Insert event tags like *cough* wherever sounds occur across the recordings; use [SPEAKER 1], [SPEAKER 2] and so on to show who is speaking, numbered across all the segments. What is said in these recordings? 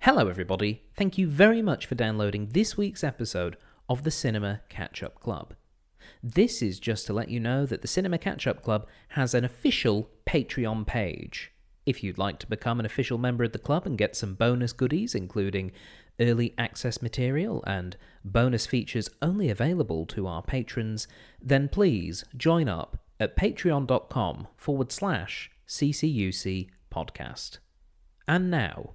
[SPEAKER 1] Hello, everybody. Thank you very much for downloading this week's episode of the Cinema Catch Up Club. This is just to let you know that the Cinema Catch Up Club has an official Patreon page. If you'd like to become an official member of the club and get some bonus goodies, including early access material and bonus features only available to our patrons, then please join up at patreon.com forward slash CCUC podcast. And now,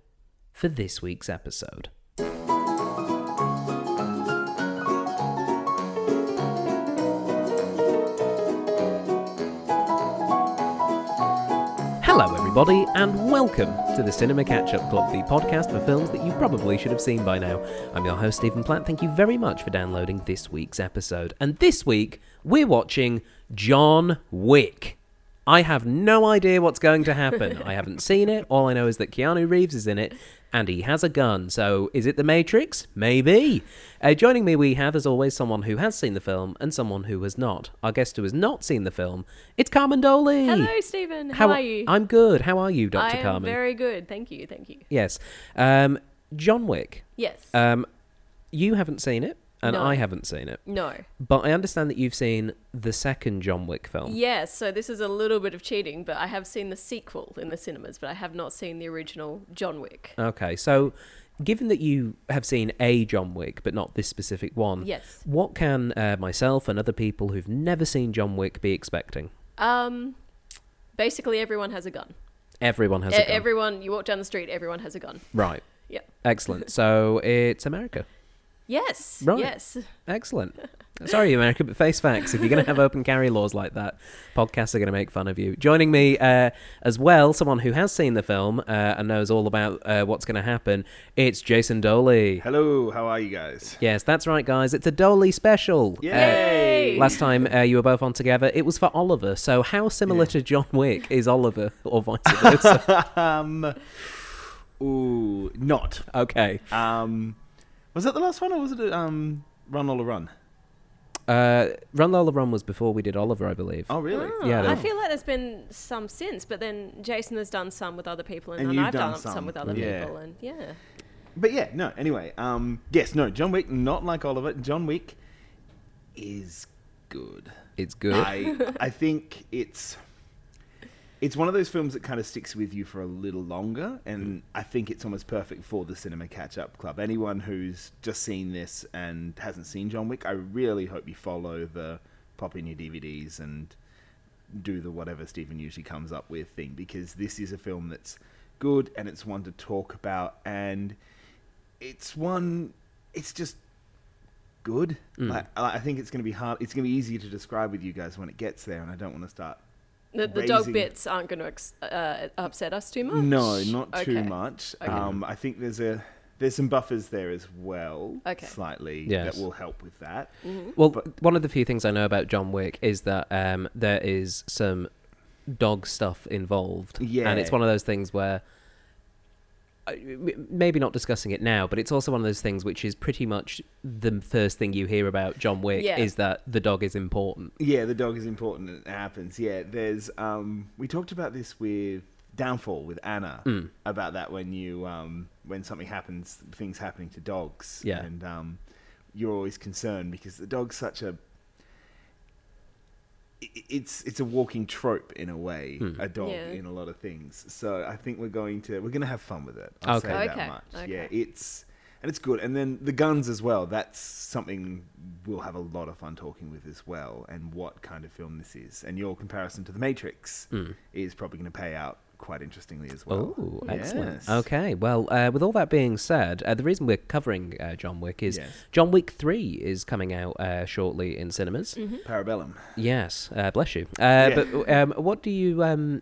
[SPEAKER 1] for this week's episode. Hello, everybody, and welcome to the Cinema Catch Up Club, the podcast for films that you probably should have seen by now. I'm your host, Stephen Platt. Thank you very much for downloading this week's episode. And this week, we're watching John Wick. I have no idea what's going to happen. I haven't seen it. All I know is that Keanu Reeves is in it and he has a gun. So is it The Matrix? Maybe. Uh, joining me, we have, as always, someone who has seen the film and someone who has not. Our guest who has not seen the film, it's Carmen Doley.
[SPEAKER 2] Hello, Stephen. How, are you?
[SPEAKER 1] I'm good. How are you, Dr.
[SPEAKER 2] I am
[SPEAKER 1] Carmen?
[SPEAKER 2] very good. Thank you. Thank you.
[SPEAKER 1] Yes. Um, John Wick.
[SPEAKER 2] Yes.
[SPEAKER 1] Um, you haven't seen it, and
[SPEAKER 2] No.
[SPEAKER 1] I haven't seen it.
[SPEAKER 2] no.
[SPEAKER 1] But I understand that you've seen the second John Wick film.
[SPEAKER 2] Yes. So this is a little bit of cheating, but I have seen the sequel in the cinemas, but I have not seen the original John Wick.
[SPEAKER 1] Okay. So, given that you have seen a John Wick, but not this specific one,
[SPEAKER 2] Yes.
[SPEAKER 1] what can uh, myself and other people who've never seen John Wick be expecting?
[SPEAKER 2] Um, basically, everyone has a gun.
[SPEAKER 1] Everyone has
[SPEAKER 2] E-
[SPEAKER 1] a gun.
[SPEAKER 2] Everyone, you walk down the street, everyone has a gun. *laughs*
[SPEAKER 1] right.
[SPEAKER 2] Yeah.
[SPEAKER 1] Excellent. So it's America.
[SPEAKER 2] Yes.
[SPEAKER 1] Right.
[SPEAKER 2] Yes.
[SPEAKER 1] Excellent. Sorry, America, but face facts. If you're going to have open carry laws like that, podcasts are going to make fun of you. Joining me uh, as well, someone who has seen the film uh, and knows all about uh, what's going to happen, it's Jason Doley.
[SPEAKER 3] Hello, how are you guys?
[SPEAKER 1] Yes, that's right, guys. It's a Doley special. Uh,
[SPEAKER 2] Yay!
[SPEAKER 3] *laughs*
[SPEAKER 1] last time uh, you were both on together, it was for Oliver. So, how similar to John Wick is Oliver, or vice
[SPEAKER 3] *laughs*
[SPEAKER 1] versa?
[SPEAKER 3] Um, ooh, not.
[SPEAKER 1] okay.
[SPEAKER 3] Um, was that the last one, or was it um, Run Lola Run?
[SPEAKER 1] Uh, Run Lola Run was before we did Oliver, I believe.
[SPEAKER 3] Oh, really?
[SPEAKER 2] Ah,
[SPEAKER 1] Yeah,
[SPEAKER 2] I
[SPEAKER 1] they-
[SPEAKER 2] feel like there's been some since, but then Jason has done some with other people, and,
[SPEAKER 3] And
[SPEAKER 2] then
[SPEAKER 3] you've
[SPEAKER 2] I've done,
[SPEAKER 3] done
[SPEAKER 2] some.
[SPEAKER 3] some.
[SPEAKER 2] with other
[SPEAKER 3] Yeah.
[SPEAKER 2] people, and yeah,
[SPEAKER 3] But yeah, no. Anyway, um, yes, no. John Wick, not like Oliver. John Wick is good.
[SPEAKER 1] It's good.
[SPEAKER 3] I I think it's it's one of those films that kind of sticks with you for a little longer, and I think it's almost perfect for the Cinema Catch Up Club. Anyone who's just seen this and hasn't seen John Wick, I really hope you follow the pop in your DVDs and do the whatever Stephen usually comes up with thing because this is a film that's good and it's one to talk about and it's one it's just good.
[SPEAKER 2] Mm.
[SPEAKER 3] Like, I I think it's going to be hard. It's going to be easier to describe with you guys when it gets there, and I don't want to start.
[SPEAKER 2] the, the dog
[SPEAKER 3] Raising-
[SPEAKER 2] bits aren't going to ex- uh, upset us too much.
[SPEAKER 3] No, not too
[SPEAKER 2] Okay.
[SPEAKER 3] much.
[SPEAKER 2] Okay.
[SPEAKER 3] Um, I think there's a there's some buffers there as well,
[SPEAKER 2] Okay.
[SPEAKER 3] slightly
[SPEAKER 1] Yes.
[SPEAKER 3] that will help with that.
[SPEAKER 1] Well,
[SPEAKER 3] But-
[SPEAKER 1] one of the few things I know about John Wick is that um, there is some dog stuff involved,
[SPEAKER 3] Yeah.
[SPEAKER 1] and it's one of those things where I- m- maybe not discussing it now, but it's also one of those things which is pretty much the first thing you hear about John Wick
[SPEAKER 2] Yeah.
[SPEAKER 1] is that the dog is important.
[SPEAKER 3] Yeah, the dog is important. and It happens. Yeah, there's. Um, we talked about this with Downfall with Anna about that when you um, when something happens, things happening to dogs.
[SPEAKER 1] Yeah.
[SPEAKER 3] and um, you're always concerned because the dog's such a. i- i- It's it's a walking trope in a way, a dog
[SPEAKER 2] Yeah.
[SPEAKER 3] in a lot of things. So I think we're going to we're going to have fun with it. I'll
[SPEAKER 1] Okay.
[SPEAKER 3] say
[SPEAKER 2] Okay,
[SPEAKER 3] that much. Yeah,
[SPEAKER 2] okay.
[SPEAKER 3] it's and it's good. And then the guns as well. That's something we'll have a lot of fun talking with as well. And what kind of film this is. And your comparison to The Matrix
[SPEAKER 1] Hmm.
[SPEAKER 3] is probably going to pay out quite interestingly as well.
[SPEAKER 1] Oh, excellent.
[SPEAKER 3] Yes.
[SPEAKER 1] Okay, well, uh, with all that being said, uh, the reason we're covering uh, John Wick is
[SPEAKER 3] Yes.
[SPEAKER 1] John Wick 3 is coming out uh, shortly in cinemas.
[SPEAKER 3] Parabellum.
[SPEAKER 1] Yes, uh, bless you. Uh,
[SPEAKER 3] Yeah.
[SPEAKER 1] But um, what do you? Um,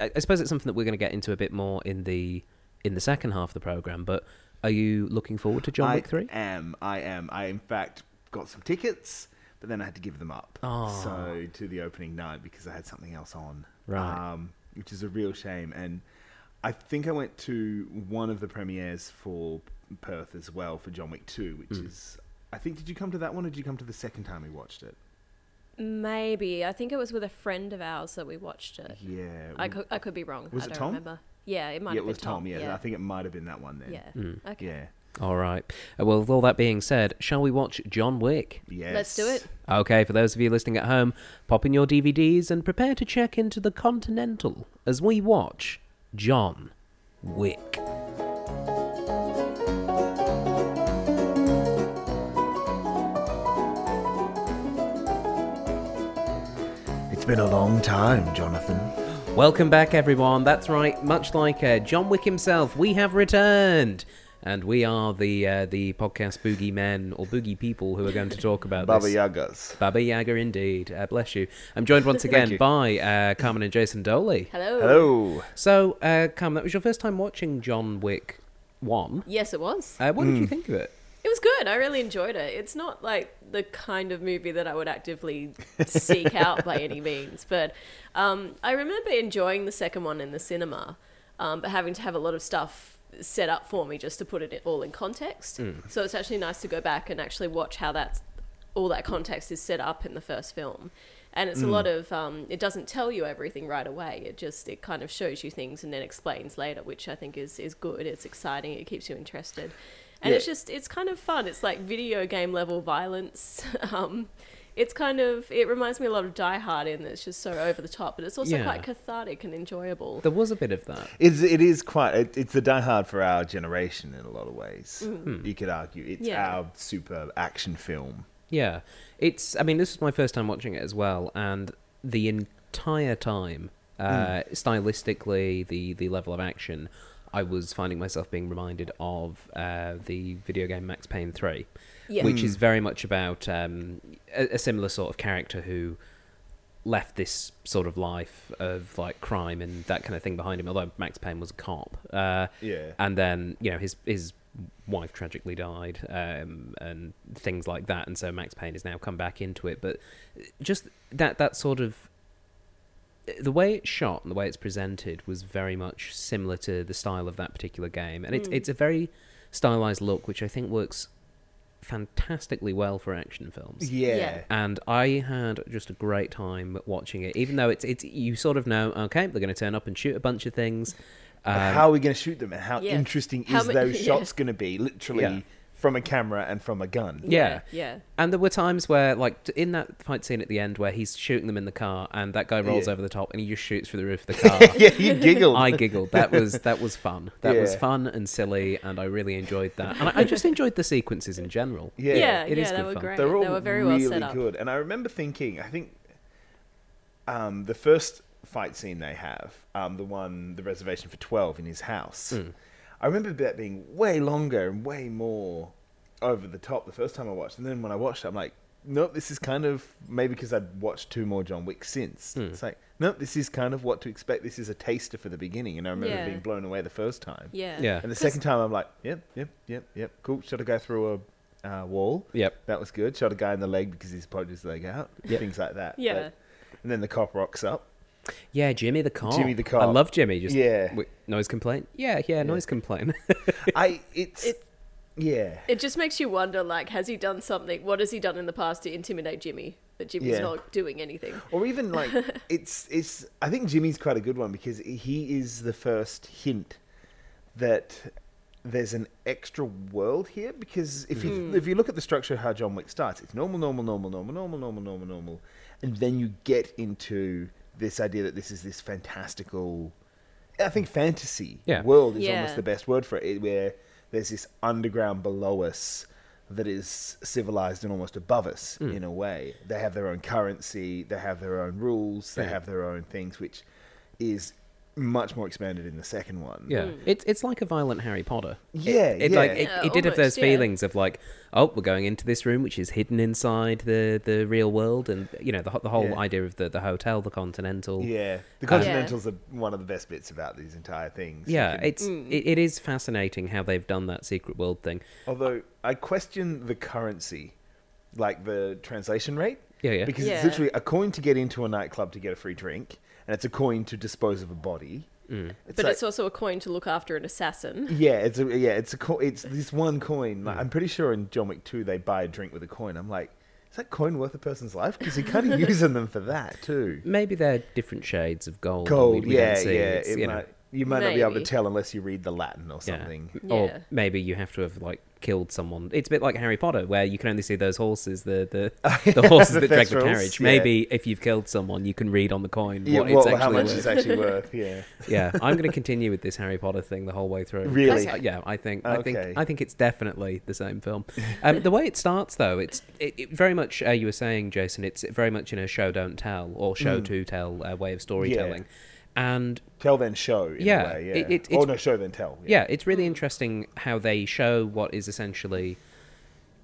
[SPEAKER 1] I, I suppose it's something that we're going to get into a bit more in the in the second half of the program. But are you looking forward to John
[SPEAKER 3] I
[SPEAKER 1] Wick three?
[SPEAKER 3] am. I am. I in fact got some tickets, but then I had to give them up.
[SPEAKER 1] Oh.
[SPEAKER 3] So to the opening night because I had something else on.
[SPEAKER 1] Right.
[SPEAKER 3] Um, which is a real shame. And I think I went to one of the premieres for Perth as well for John Wick Two, which
[SPEAKER 1] Hmm.
[SPEAKER 3] is. I think did you come to that one or did you come to the second time we watched it?
[SPEAKER 2] Maybe I think it was with a friend of ours that we watched it.
[SPEAKER 3] Yeah.
[SPEAKER 2] I
[SPEAKER 3] w-
[SPEAKER 2] could Uh, I could be wrong.
[SPEAKER 3] Was
[SPEAKER 2] I
[SPEAKER 3] it
[SPEAKER 2] don't
[SPEAKER 3] Tom?
[SPEAKER 2] remember. Yeah, it might
[SPEAKER 3] yeah,
[SPEAKER 2] have
[SPEAKER 3] it was
[SPEAKER 2] been Tom.
[SPEAKER 3] Tom. Yeah, I think it might have been that one then.
[SPEAKER 2] Yeah. Okay.
[SPEAKER 3] Yeah.
[SPEAKER 1] All right. Uh, Well, with all that being said, shall we watch John Wick?
[SPEAKER 3] Yes.
[SPEAKER 2] Let's do it.
[SPEAKER 1] Okay, for those of you listening at home, pop in your DVDs and prepare to check into the Continental as we watch John Wick.
[SPEAKER 3] It's been a long time, Jonathan.
[SPEAKER 1] Welcome back, everyone. That's right. Much like uh, John Wick himself, we have returned, and we are the uh, the podcast boogie men or boogie people who are going to talk about
[SPEAKER 3] Baba
[SPEAKER 1] this.
[SPEAKER 3] Yagas.
[SPEAKER 1] Baba Yaga, indeed. Uh, bless you. I'm joined once again
[SPEAKER 3] you.
[SPEAKER 1] by uh, Carmen and Jason Doley.
[SPEAKER 2] Hello.
[SPEAKER 3] Hello.
[SPEAKER 1] So, uh, Carmen, that was your first time watching John Wick One.
[SPEAKER 2] Yes, it was.
[SPEAKER 1] Uh, what did
[SPEAKER 3] Hmm.
[SPEAKER 1] you think of it?
[SPEAKER 2] It was good. I really enjoyed it. It's not like the kind of movie that I would
[SPEAKER 3] *laughs*
[SPEAKER 2] actively seek out by any means, but um, I remember enjoying the second one in the cinema, um, but having to have a lot of stuff set up for me just to put it all in context.
[SPEAKER 1] Hmm.
[SPEAKER 2] So it's actually nice to go back and actually watch how that's all that context is set up in the first film. And
[SPEAKER 1] Hmm.
[SPEAKER 2] it's a lot of um, it doesn't tell you everything right away. It just it kind of shows you things and then explains later, which I think is is good. It's exciting. It keeps you interested, and it's
[SPEAKER 3] Yeah.
[SPEAKER 2] just it's kind of fun. It's like video game level violence. *laughs* um, it's kind of it reminds me a lot of Die Hard in that it's just so over the top, but it's also
[SPEAKER 1] Yeah.
[SPEAKER 2] quite cathartic and enjoyable.
[SPEAKER 1] There was a bit of that.
[SPEAKER 3] It's, it is quite. It, it's the Die Hard for our generation in a lot of ways.
[SPEAKER 1] Hmm.
[SPEAKER 3] You could argue it's
[SPEAKER 2] Mm. Yeah.
[SPEAKER 3] our super action film.
[SPEAKER 1] Yeah, it's. I mean, this was my first time watching it as well, and the entire time, uh, stylistically, the the level of action, I was finding myself being reminded of uh, the video game Max Payne Three,
[SPEAKER 2] Yeah.
[SPEAKER 1] which is very much about um, a, a similar sort of character who left this sort of life of like crime and that kind of thing behind him. Although Max Payne was a cop, uh,
[SPEAKER 3] Yeah.
[SPEAKER 1] and then you know his his wife tragically died um, and things like that, and so Max Payne has now come back into it. But just that that sort of the way it's shot and the way it's presented was very much similar to the style of that particular game, and
[SPEAKER 3] Hmm.
[SPEAKER 1] it's it's a very stylized look, which I think works fantastically well for action films
[SPEAKER 3] Yeah.
[SPEAKER 2] Yeah.
[SPEAKER 1] and I had just a great time watching it. Even though it's it's you sort of know, okay, they're going to turn up and shoot a bunch of things.
[SPEAKER 3] But
[SPEAKER 1] Um,
[SPEAKER 3] how are we going to shoot them, and how
[SPEAKER 2] Yeah.
[SPEAKER 3] interesting
[SPEAKER 2] How
[SPEAKER 3] is
[SPEAKER 2] ma- *laughs*
[SPEAKER 3] those
[SPEAKER 2] yeah.
[SPEAKER 3] shots going to be? Literally
[SPEAKER 1] Yeah.
[SPEAKER 3] from a camera and from a gun.
[SPEAKER 1] yeah.
[SPEAKER 2] yeah.
[SPEAKER 1] And there were times where, like t- in that fight scene at the end, where he's shooting them in the car, and that guy rolls
[SPEAKER 3] Yeah.
[SPEAKER 1] over the top, and he just shoots through the roof of the
[SPEAKER 3] *laughs*
[SPEAKER 1] car.
[SPEAKER 3] *laughs* Yeah, you giggled.
[SPEAKER 1] I giggled. That was that was fun. That was
[SPEAKER 3] Yeah.
[SPEAKER 1] fun and silly, and I really enjoyed that. And I, I just enjoyed the sequences in general.
[SPEAKER 3] yeah.
[SPEAKER 2] yeah,
[SPEAKER 1] it is
[SPEAKER 2] they
[SPEAKER 1] good
[SPEAKER 2] were
[SPEAKER 1] fun.
[SPEAKER 2] great.
[SPEAKER 3] They're all
[SPEAKER 2] they were very
[SPEAKER 3] really
[SPEAKER 2] well set up.
[SPEAKER 3] good. And I remember thinking, I think um, the first fight scene they have, um, the one, the reservation for 12 in his house,
[SPEAKER 2] Hmm.
[SPEAKER 3] I remember that being way longer and way more over the top the first time I watched. And then when I watched it, I'm like, nope, this is kind of maybe because I'd watched two more John Wick since.
[SPEAKER 2] Hmm.
[SPEAKER 3] It's like, nope, this is kind of what to expect. This is a taster for the beginning. And I remember
[SPEAKER 2] Yeah.
[SPEAKER 3] being blown away the first time.
[SPEAKER 2] Yeah.
[SPEAKER 1] Yeah.
[SPEAKER 2] *laughs*
[SPEAKER 3] And the second time, I'm like, yep, yep, yep, yep, cool. Shot a guy through a uh, wall.
[SPEAKER 1] Yep.
[SPEAKER 3] That was good. Shot a guy in the leg because he's pulled his leg out.
[SPEAKER 1] Yep.
[SPEAKER 3] Things like that.
[SPEAKER 2] Yeah.
[SPEAKER 3] But- and then the cop rocks up.
[SPEAKER 1] Yeah, Jimmy the cop.
[SPEAKER 3] Jimmy the
[SPEAKER 1] I
[SPEAKER 3] cop.
[SPEAKER 1] love Jimmy. Just
[SPEAKER 3] Yeah.
[SPEAKER 1] w- noise complaint. Yeah, yeah, noise complaint. *laughs*
[SPEAKER 3] I, it's,
[SPEAKER 2] It-
[SPEAKER 3] yeah.
[SPEAKER 2] It just makes you wonder, like, has he done something? What has he done in the past to intimidate Jimmy? That Jimmy's
[SPEAKER 3] Yeah.
[SPEAKER 2] not doing anything.
[SPEAKER 3] Or even
[SPEAKER 2] *laughs*
[SPEAKER 3] like, it's, it's, I think Jimmy's quite a good one because he is the first hint that there's an extra world here because if
[SPEAKER 2] Mm.
[SPEAKER 3] you if you look at the structure of how John Wick starts, it's normal, normal, normal, normal, normal, normal, normal, normal, and then you get into this idea that this is this fantastical. I think fantasy
[SPEAKER 1] Yeah.
[SPEAKER 3] world is
[SPEAKER 2] Yeah.
[SPEAKER 3] almost the best word for it, where there's this underground below us that is civilized and almost above us
[SPEAKER 1] Hmm.
[SPEAKER 3] in a way. They have their own currency, they have their own rules, they
[SPEAKER 1] Yeah.
[SPEAKER 3] have their own things, which is much more expanded in the second one.
[SPEAKER 1] Yeah, it's it's like a violent Harry Potter. It-
[SPEAKER 3] Yeah,
[SPEAKER 1] it, like it,
[SPEAKER 3] yeah.
[SPEAKER 2] Yeah,
[SPEAKER 1] it did have
[SPEAKER 2] almost,
[SPEAKER 1] those
[SPEAKER 2] yeah.
[SPEAKER 1] feelings of like, oh, we're going into this room which is hidden inside the the real world, and you know the ho- the whole
[SPEAKER 3] Yeah.
[SPEAKER 1] idea of the the hotel, the Continental.
[SPEAKER 3] Yeah,
[SPEAKER 1] Uh,
[SPEAKER 3] the
[SPEAKER 1] Yeah.
[SPEAKER 3] Continentals are one of the best bits about these entire things. You
[SPEAKER 1] Yeah,
[SPEAKER 3] can-
[SPEAKER 1] it's
[SPEAKER 2] Mm.
[SPEAKER 1] it, it is fascinating how they've done that secret world thing.
[SPEAKER 3] although I question the currency, like the translation rate.
[SPEAKER 1] Yeah, yeah.
[SPEAKER 3] Because
[SPEAKER 2] Yeah.
[SPEAKER 3] it's literally a coin to get into a nightclub to get a free drink, and it's a coin to dispose of a body.
[SPEAKER 1] Mm.
[SPEAKER 2] but
[SPEAKER 3] like-
[SPEAKER 2] it's also a coin to look after an assassin.
[SPEAKER 3] yeah, it's a, yeah, it's a co- it's this one coin.
[SPEAKER 1] Mm.
[SPEAKER 3] Like, I'm pretty sure in John Wick Two they buy a drink with a coin. I'm like, is that coin worth a person's life? Because
[SPEAKER 2] *laughs*
[SPEAKER 3] you're kind of using them for that too.
[SPEAKER 1] Maybe they're different shades of gold. and
[SPEAKER 3] Gold,
[SPEAKER 1] we- we don't
[SPEAKER 3] yeah, yeah,
[SPEAKER 1] see. It's,
[SPEAKER 3] it
[SPEAKER 1] you know,
[SPEAKER 3] might- you might not be able to
[SPEAKER 2] Maybe.
[SPEAKER 3] tell unless you read the Latin or
[SPEAKER 1] Yeah.
[SPEAKER 3] something.
[SPEAKER 2] Yeah.
[SPEAKER 1] Or maybe you have to have like killed someone. It's a bit like Harry Potter, where you can only see those horses, the
[SPEAKER 3] *laughs*
[SPEAKER 1] the, the horses
[SPEAKER 3] The
[SPEAKER 1] that drag the
[SPEAKER 3] thestrals,
[SPEAKER 1] carriage.
[SPEAKER 3] yeah.
[SPEAKER 1] Maybe if you've killed someone, you can read on the coin
[SPEAKER 3] Yeah,
[SPEAKER 1] what
[SPEAKER 3] well,
[SPEAKER 1] it's actually
[SPEAKER 3] how much
[SPEAKER 1] worth.
[SPEAKER 3] it's
[SPEAKER 1] *laughs*
[SPEAKER 3] actually worth? Yeah.
[SPEAKER 1] yeah, I'm going to continue with this Harry Potter thing the whole way through.
[SPEAKER 3] Really?
[SPEAKER 2] Okay.
[SPEAKER 1] Yeah, I think I
[SPEAKER 3] Okay.
[SPEAKER 1] think I think it's definitely the same film. Um, the way it starts, though, it's it, it very much uh, you were saying, Jason. It's very much in a show don't tell or
[SPEAKER 3] Mm.
[SPEAKER 1] show to tell uh, way of storytelling, and
[SPEAKER 3] Tell then show. In
[SPEAKER 1] Yeah,
[SPEAKER 3] A way, yeah.
[SPEAKER 1] it- it-
[SPEAKER 3] or
[SPEAKER 1] it's-
[SPEAKER 3] no, show then tell.
[SPEAKER 1] yeah, it's really interesting how they show what is essentially,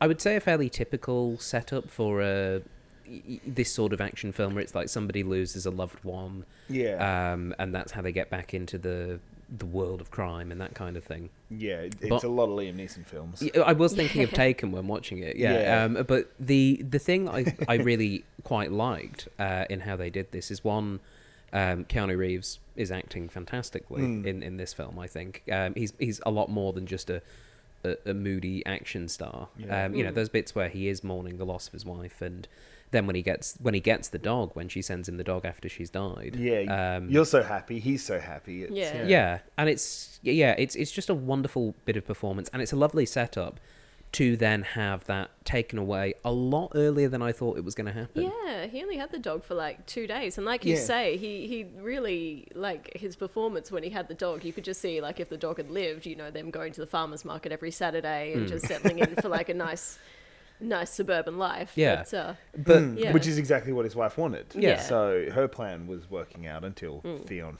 [SPEAKER 1] I would say, a fairly typical setup for a y- y- this sort of action film where it's like somebody loses a loved one,
[SPEAKER 3] Yeah.
[SPEAKER 1] um, and that's how they get back into the the world of crime and that kind of thing.
[SPEAKER 3] yeah. it- It's
[SPEAKER 1] but-
[SPEAKER 3] a lot of Liam Neeson films.
[SPEAKER 1] Yeah, I was thinking
[SPEAKER 3] *laughs*
[SPEAKER 1] of Taken when watching it. Yeah.
[SPEAKER 3] Yeah.
[SPEAKER 1] Um, but the the thing I, I really quite liked uh, in how they did this is one, um, Keanu Reeves is acting fantastically
[SPEAKER 3] Hmm.
[SPEAKER 1] in, in this film. I think um, he's he's a lot more than just a a, a moody action star.
[SPEAKER 3] Yeah. Hmm.
[SPEAKER 1] Um, you know those bits where he is mourning the loss of his wife and. Then when he gets when he gets the dog when she sends him the dog after she's died
[SPEAKER 3] Yeah. you're so happy. He's so happy. It's,
[SPEAKER 2] Yeah.
[SPEAKER 1] um, yeah and it's yeah it's it's just a wonderful bit of performance and it's a lovely setup to then have that taken away a lot earlier than i thought it was going to happen
[SPEAKER 2] Yeah, he only had the dog for like two days, and like you
[SPEAKER 3] Yeah.
[SPEAKER 2] say, he he really like his performance when he had the dog. You could just see like if the dog had lived, you know, them going to the farmers market every Saturday
[SPEAKER 3] Hmm.
[SPEAKER 2] and just settling in for
[SPEAKER 3] *laughs*
[SPEAKER 2] like a nice, nice suburban life.
[SPEAKER 1] Yeah.
[SPEAKER 2] But, uh,
[SPEAKER 1] but
[SPEAKER 3] Hmm.
[SPEAKER 2] yeah.
[SPEAKER 3] Which is exactly what his wife wanted.
[SPEAKER 2] Yeah. Hmm.
[SPEAKER 3] So her plan was working out until Theon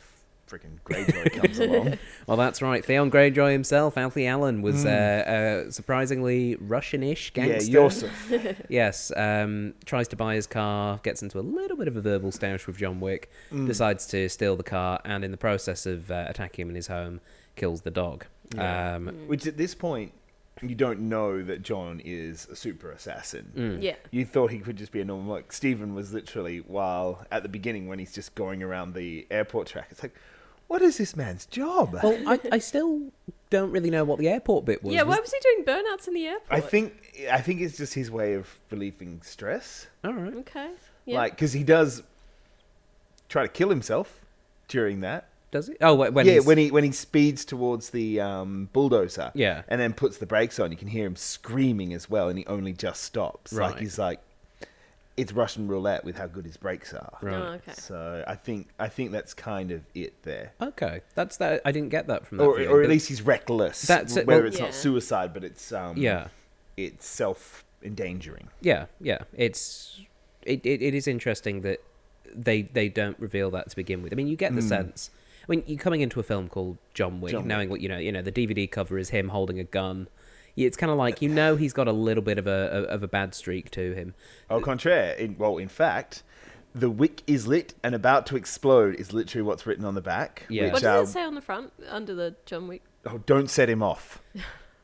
[SPEAKER 3] freaking Greyjoy
[SPEAKER 2] *laughs*
[SPEAKER 3] comes along.
[SPEAKER 1] well that's right theon greyjoy himself alfie allen was uh, uh, surprisingly russian-ish
[SPEAKER 3] Hmm. yeah,
[SPEAKER 1] gangster
[SPEAKER 3] Yosef.
[SPEAKER 1] yes um, tries to buy his car gets into a little bit of a verbal stoush with john wick
[SPEAKER 3] Hmm.
[SPEAKER 1] decides to steal the car and in the process of uh, attacking him in his home kills the dog
[SPEAKER 3] Yeah.
[SPEAKER 1] um,
[SPEAKER 3] Which at this point, you don't know that John is a super assassin.
[SPEAKER 1] Hmm.
[SPEAKER 2] yeah,
[SPEAKER 3] You thought he could just be a normal. Like Stephen was literally while at the beginning when he's just going around the airport track. It's like, what is this man's job?
[SPEAKER 1] Well, I, I still don't really know what the airport bit was.
[SPEAKER 2] yeah. Why
[SPEAKER 1] Was-
[SPEAKER 2] was he doing burnouts in the airport?
[SPEAKER 3] I think I think it's just his way of relieving stress.
[SPEAKER 1] All right.
[SPEAKER 2] Okay.
[SPEAKER 3] Like
[SPEAKER 2] Yeah.
[SPEAKER 3] 'cause Like because he does try to kill himself during that.
[SPEAKER 1] Does it? Oh, wait, when
[SPEAKER 3] yeah,
[SPEAKER 1] he's-
[SPEAKER 3] when he when he speeds towards the um, bulldozer,
[SPEAKER 1] Yeah.
[SPEAKER 3] and then puts the brakes on, you can hear him screaming as well, and he only just stops.
[SPEAKER 1] Right.
[SPEAKER 3] Like he's like, it's Russian roulette with how good his brakes are.
[SPEAKER 1] Right.
[SPEAKER 2] Oh, okay.
[SPEAKER 3] So I think I think that's kind of it there,
[SPEAKER 1] Okay, that's that. I didn't get that from that.
[SPEAKER 3] or
[SPEAKER 1] video,
[SPEAKER 3] or at
[SPEAKER 1] but-
[SPEAKER 3] least he's reckless.
[SPEAKER 1] That's it,
[SPEAKER 3] whether
[SPEAKER 1] well-
[SPEAKER 3] it's
[SPEAKER 2] Yeah.
[SPEAKER 3] not suicide, but it's um,
[SPEAKER 1] Yeah,
[SPEAKER 3] it's self endangering.
[SPEAKER 1] yeah, yeah. It's it, it, it is interesting that they they don't reveal that to begin with. I mean, you get the sense. I mean, you're coming into a film called John Wick,
[SPEAKER 3] Hmm. John Wick.
[SPEAKER 1] knowing what you know. You know, the DVD cover is him holding a gun. Yeah, It's kind of like you know he's got a little bit of a of- of a bad streak to him.
[SPEAKER 3] Au contraire, in, well, in fact, the wick is lit and about to explode is literally what's written on the back.
[SPEAKER 1] Yeah.
[SPEAKER 3] Which,
[SPEAKER 2] What
[SPEAKER 3] uh,
[SPEAKER 2] does it say on the front under the John Wick?
[SPEAKER 3] oh, don't set him off.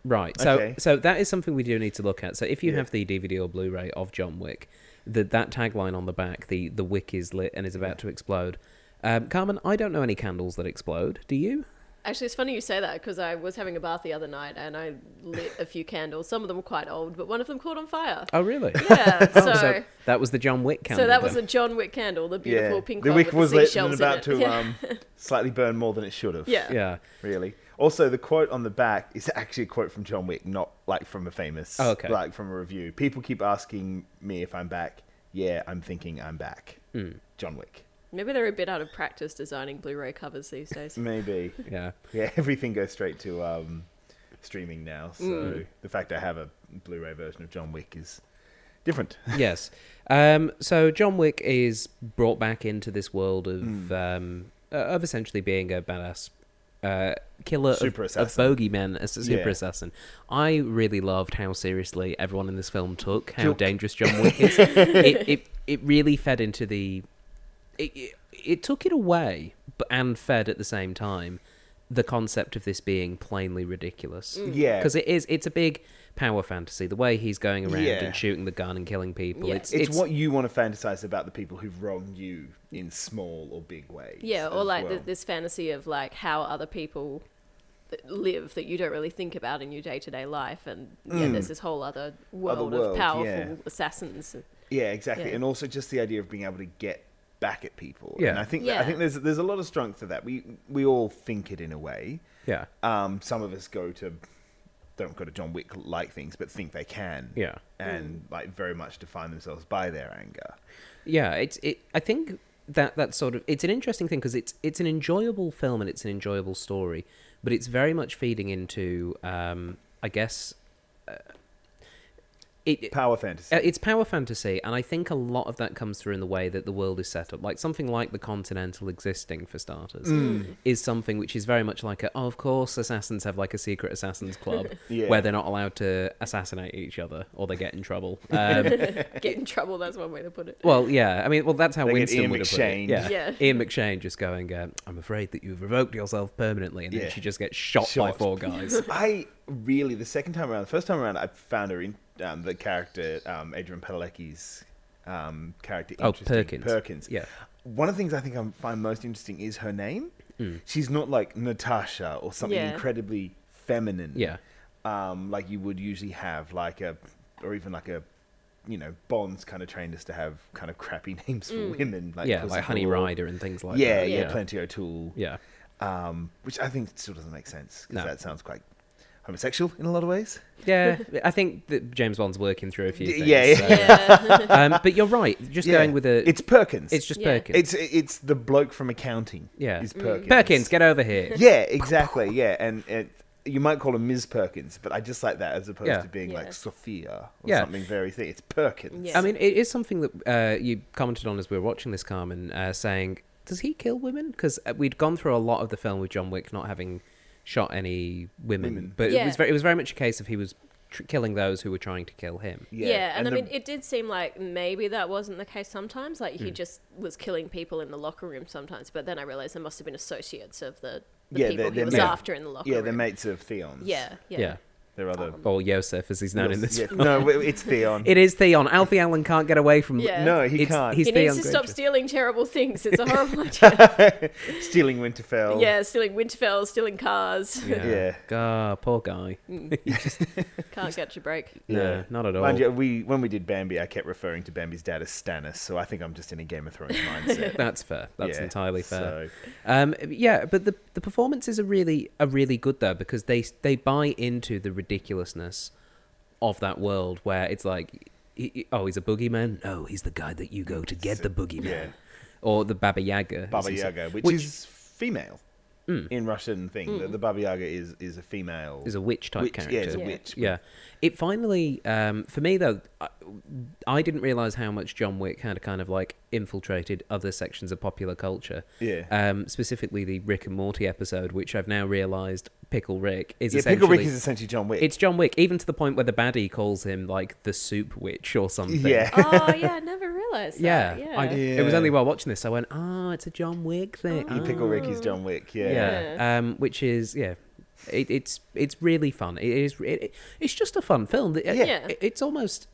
[SPEAKER 1] Right. So
[SPEAKER 3] Okay.
[SPEAKER 1] so that is something we do need to look at. So if you
[SPEAKER 3] Yeah.
[SPEAKER 1] have the DVD or Blu-ray of John Wick, the, that tagline on the back, the the wick is lit and is about to explode. Um, Carmen, I don't know any candles that explode. Do you?
[SPEAKER 2] Actually, it's funny you say that because I was having a bath the other night and I lit a few candles. Some of them were quite old, but one of them caught on fire.
[SPEAKER 1] Oh, really?
[SPEAKER 2] Yeah,
[SPEAKER 1] Oh,
[SPEAKER 2] *laughs* so, so,
[SPEAKER 1] that was the John Wick candle.
[SPEAKER 2] that was
[SPEAKER 1] then.
[SPEAKER 2] a John Wick candle, the
[SPEAKER 3] Yeah,
[SPEAKER 2] beautiful pink
[SPEAKER 3] the
[SPEAKER 2] one
[SPEAKER 3] wick
[SPEAKER 2] with
[SPEAKER 3] was
[SPEAKER 2] the
[SPEAKER 3] lit and
[SPEAKER 2] seashells
[SPEAKER 3] about
[SPEAKER 2] in
[SPEAKER 3] to
[SPEAKER 2] it. Yeah.
[SPEAKER 3] um, slightly burn more than it should have.
[SPEAKER 2] Yeah.
[SPEAKER 1] yeah.
[SPEAKER 3] really. Also, the quote on the back is actually a quote from John Wick, not like from a famous,
[SPEAKER 1] Oh, okay.
[SPEAKER 3] like from a review. People keep asking me if I'm back. Yeah, I'm thinking I'm back.
[SPEAKER 1] Hmm.
[SPEAKER 3] John Wick,
[SPEAKER 2] Maybe they're a bit out of practice designing Blu-ray covers these
[SPEAKER 3] *laughs*
[SPEAKER 2] days.
[SPEAKER 3] maybe.
[SPEAKER 1] Yeah.
[SPEAKER 3] Yeah, *laughs* everything goes straight to um, streaming now. So
[SPEAKER 2] Mm.
[SPEAKER 3] the fact I have a Blu-ray version of John Wick is different. *laughs*
[SPEAKER 1] yes. Um, so John Wick is brought back into this world of
[SPEAKER 3] Hmm.
[SPEAKER 1] um, uh, of essentially being a badass uh, killer of-
[SPEAKER 3] Super
[SPEAKER 1] of,
[SPEAKER 3] assassin.
[SPEAKER 1] bogeyman, as a super
[SPEAKER 3] Yeah.
[SPEAKER 1] assassin. I really loved how seriously everyone in this film took how
[SPEAKER 3] Took.
[SPEAKER 1] dangerous
[SPEAKER 3] *laughs*
[SPEAKER 1] John Wick is. it, it it really fed into the it, it, it took it away but, and fed at the same time the concept of this being plainly ridiculous
[SPEAKER 2] Mm.
[SPEAKER 3] Yeah.
[SPEAKER 1] because it is it's a big power fantasy the way he's going around
[SPEAKER 3] Yeah.
[SPEAKER 1] and shooting the gun and killing people
[SPEAKER 2] Yeah.
[SPEAKER 1] it's,
[SPEAKER 3] It's,
[SPEAKER 1] it's
[SPEAKER 3] what you want to fantasize about the people who've wronged you in small or big ways.
[SPEAKER 2] Yeah, or
[SPEAKER 3] as
[SPEAKER 2] like
[SPEAKER 3] well.
[SPEAKER 2] th this fantasy of like how other people th- live that you don't really think about in your day-to-day life, and yeah, there's this whole other world,
[SPEAKER 3] Mm. world,
[SPEAKER 2] of powerful
[SPEAKER 3] yeah.
[SPEAKER 2] assassins.
[SPEAKER 3] Yeah, exactly.
[SPEAKER 2] Yeah.
[SPEAKER 3] And also just the idea of being able to get back at people.
[SPEAKER 1] Yeah.
[SPEAKER 3] And I think I
[SPEAKER 2] Yeah.
[SPEAKER 3] think there's there's a lot of strength to that. We we all think it in a way.
[SPEAKER 1] Yeah.
[SPEAKER 3] Um, some of us go to don't go to John Wick like things, but think they can.
[SPEAKER 1] Yeah.
[SPEAKER 3] And like very much define themselves by their anger.
[SPEAKER 1] Yeah, it's it. I think that that sort of it's an interesting thing because it's it's an enjoyable film and it's an enjoyable story, but it's very much feeding into, um, I guess, uh, it.
[SPEAKER 3] Power fantasy.
[SPEAKER 1] uh, It's power fantasy, and I think a lot of that comes through in the way that the world is set up. Like something like the Continental existing, for starters,
[SPEAKER 3] Mm.
[SPEAKER 1] is something which is very much like a, oh, of course, assassins have like a secret
[SPEAKER 3] *laughs*
[SPEAKER 1] assassins club
[SPEAKER 3] Yeah.
[SPEAKER 1] where they're not allowed to assassinate each other or they get in
[SPEAKER 3] *laughs*
[SPEAKER 1] trouble. Um,
[SPEAKER 2] Get in trouble, that's one way to put it.
[SPEAKER 1] Well, yeah. I mean, well, that's how
[SPEAKER 3] They get
[SPEAKER 1] Winston
[SPEAKER 3] Ian
[SPEAKER 1] would have put it.
[SPEAKER 3] McShane.
[SPEAKER 1] Yeah.
[SPEAKER 3] *laughs*
[SPEAKER 2] Yeah.
[SPEAKER 1] Ian McShane just going, uh, "I'm afraid that you've revoked yourself permanently," and then
[SPEAKER 3] Yeah.
[SPEAKER 1] she just gets shot, by
[SPEAKER 3] Shot.
[SPEAKER 1] four guys.
[SPEAKER 3] I really the second time around, the first time around, I found her in um, the character um, Adrian Padalecki's um, character.
[SPEAKER 1] Oh,
[SPEAKER 3] Interesting.
[SPEAKER 1] Perkins.
[SPEAKER 3] Perkins.
[SPEAKER 1] Yeah.
[SPEAKER 3] One of the things I think I find most interesting is her name.
[SPEAKER 1] Mm.
[SPEAKER 3] She's not like Natasha or something
[SPEAKER 2] Yeah.
[SPEAKER 3] incredibly feminine.
[SPEAKER 1] Yeah.
[SPEAKER 3] Um, like you would usually have like a, or even like a, you know, Bond's kind of trained us to have kind of crappy *laughs* names for women. Like
[SPEAKER 1] yeah,
[SPEAKER 3] Pussy
[SPEAKER 1] like Honey
[SPEAKER 3] Galore.
[SPEAKER 1] Rider and things like
[SPEAKER 3] yeah,
[SPEAKER 1] that.
[SPEAKER 3] yeah,
[SPEAKER 1] yeah,
[SPEAKER 3] Plenty O'Toole
[SPEAKER 1] yeah.
[SPEAKER 3] um, which I think still doesn't make sense because
[SPEAKER 1] No.
[SPEAKER 3] that sounds quite homosexual in a lot of ways. *laughs*
[SPEAKER 1] Yeah, I think that James Bond's working through a few
[SPEAKER 3] Y-
[SPEAKER 1] things.
[SPEAKER 3] *laughs* yeah,
[SPEAKER 1] so-
[SPEAKER 2] yeah.
[SPEAKER 1] Um, but you're right. Just going with a, it's,
[SPEAKER 3] it's Perkins.
[SPEAKER 1] just
[SPEAKER 2] Yeah.
[SPEAKER 1] Perkins.
[SPEAKER 3] it's it's the bloke from accounting.
[SPEAKER 1] Yeah.
[SPEAKER 3] is
[SPEAKER 1] Mm.
[SPEAKER 3] Perkins.
[SPEAKER 1] Perkins, get over here.
[SPEAKER 3] yeah, exactly. Yeah, and it, you might call him Ms. Perkins, but I just like that as opposed
[SPEAKER 1] Yeah.
[SPEAKER 3] to being
[SPEAKER 2] Yeah.
[SPEAKER 3] like Sophia or
[SPEAKER 1] Yeah.
[SPEAKER 3] something very thin. It's Perkins.
[SPEAKER 2] Yeah.
[SPEAKER 1] I mean, it is something that uh, you commented on as we were watching this, Carmen, uh, saying, "Does he kill women?" Because we'd gone through a lot of the film with John Wick not having shot any women,
[SPEAKER 3] Women.
[SPEAKER 1] but it
[SPEAKER 2] Yeah.
[SPEAKER 1] was very, it was very much a case of he was tr- killing those who were trying to kill him.
[SPEAKER 2] Yeah, and, I
[SPEAKER 3] the-
[SPEAKER 2] mean, it did seem like maybe that wasn't the case sometimes. Like
[SPEAKER 3] Hmm.
[SPEAKER 2] he just was killing people in the locker room sometimes. But then I realized there must have been associates of the, the
[SPEAKER 3] Yeah,
[SPEAKER 2] people
[SPEAKER 3] they're-
[SPEAKER 2] he
[SPEAKER 3] they're
[SPEAKER 2] was
[SPEAKER 3] mate.
[SPEAKER 2] after in the locker
[SPEAKER 3] yeah,
[SPEAKER 2] room.
[SPEAKER 3] they're mates of Theon's.
[SPEAKER 2] Yeah, Um, yeah,
[SPEAKER 1] Yeah,
[SPEAKER 3] they're other.
[SPEAKER 1] or Yosef as he's known in this.
[SPEAKER 3] Yeah,
[SPEAKER 1] film.
[SPEAKER 3] no, it's Theon.
[SPEAKER 1] *laughs* It is Theon. Alfie Allen can't get away from.
[SPEAKER 2] Yeah.
[SPEAKER 3] No, he
[SPEAKER 1] It's-
[SPEAKER 3] can't.
[SPEAKER 1] He's
[SPEAKER 2] He
[SPEAKER 1] Theon
[SPEAKER 2] needs to stop
[SPEAKER 1] Granger.
[SPEAKER 2] stealing terrible things. It's a horrible idea.
[SPEAKER 3] *laughs* Stealing Winterfell.
[SPEAKER 2] yeah, stealing Winterfell, stealing cars.
[SPEAKER 1] Yeah.
[SPEAKER 3] Yeah.
[SPEAKER 1] God, poor guy.
[SPEAKER 2] Can't catch a break.
[SPEAKER 3] *laughs*
[SPEAKER 1] No, not at all.
[SPEAKER 3] Mind you, we when we did Bambi, I kept referring to Bambi's dad as Stannis, so I think I'm just in a Game
[SPEAKER 1] *laughs*
[SPEAKER 3] of Thrones mindset.
[SPEAKER 1] That's fair. That's
[SPEAKER 3] Yeah,
[SPEAKER 1] entirely fair.
[SPEAKER 3] so-
[SPEAKER 1] Um, yeah, but the the performances are really are really good though because they they buy into the ridiculousness of that world where it's like, he- he- oh, he's a boogeyman. No, he's the guy that you go to get the boogeyman,
[SPEAKER 3] yeah.
[SPEAKER 1] or the Baba Yaga. as
[SPEAKER 3] Baba
[SPEAKER 1] he said.
[SPEAKER 3] Yaga, which, is female in Russian thing. The, the Baba Yaga is is a female.
[SPEAKER 1] Mm. is a witch type
[SPEAKER 3] Witch, yeah,
[SPEAKER 1] character.
[SPEAKER 3] it's
[SPEAKER 2] a Yeah.
[SPEAKER 3] witch.
[SPEAKER 1] Yeah, it finally um, for me though, I, I didn't realize how much John Wick had kind of like infiltrated other sections of popular culture.
[SPEAKER 3] Yeah.
[SPEAKER 1] um, specifically the Rick and Morty episode, which I've now realized Pickle Rick is
[SPEAKER 3] yeah,
[SPEAKER 1] essentially
[SPEAKER 3] Pickle Rick is essentially John Wick.
[SPEAKER 1] it's John Wick, even to the point where the baddie calls him like the Soup Witch or something.
[SPEAKER 3] yeah.
[SPEAKER 2] Oh yeah, I never realized.
[SPEAKER 1] Yeah,
[SPEAKER 2] That.
[SPEAKER 1] I-
[SPEAKER 2] Yeah.
[SPEAKER 1] It was
[SPEAKER 3] Yeah.
[SPEAKER 1] only while watching this I went, "Ah, it's a John Wick thing."
[SPEAKER 3] Yeah, Pickle
[SPEAKER 1] Ah."
[SPEAKER 3] Rick is John Wick. Yeah.
[SPEAKER 1] yeah, Um, which is yeah it, it's it's really fun it is it, it's just a fun film It-
[SPEAKER 2] Yeah.
[SPEAKER 1] it- it's almost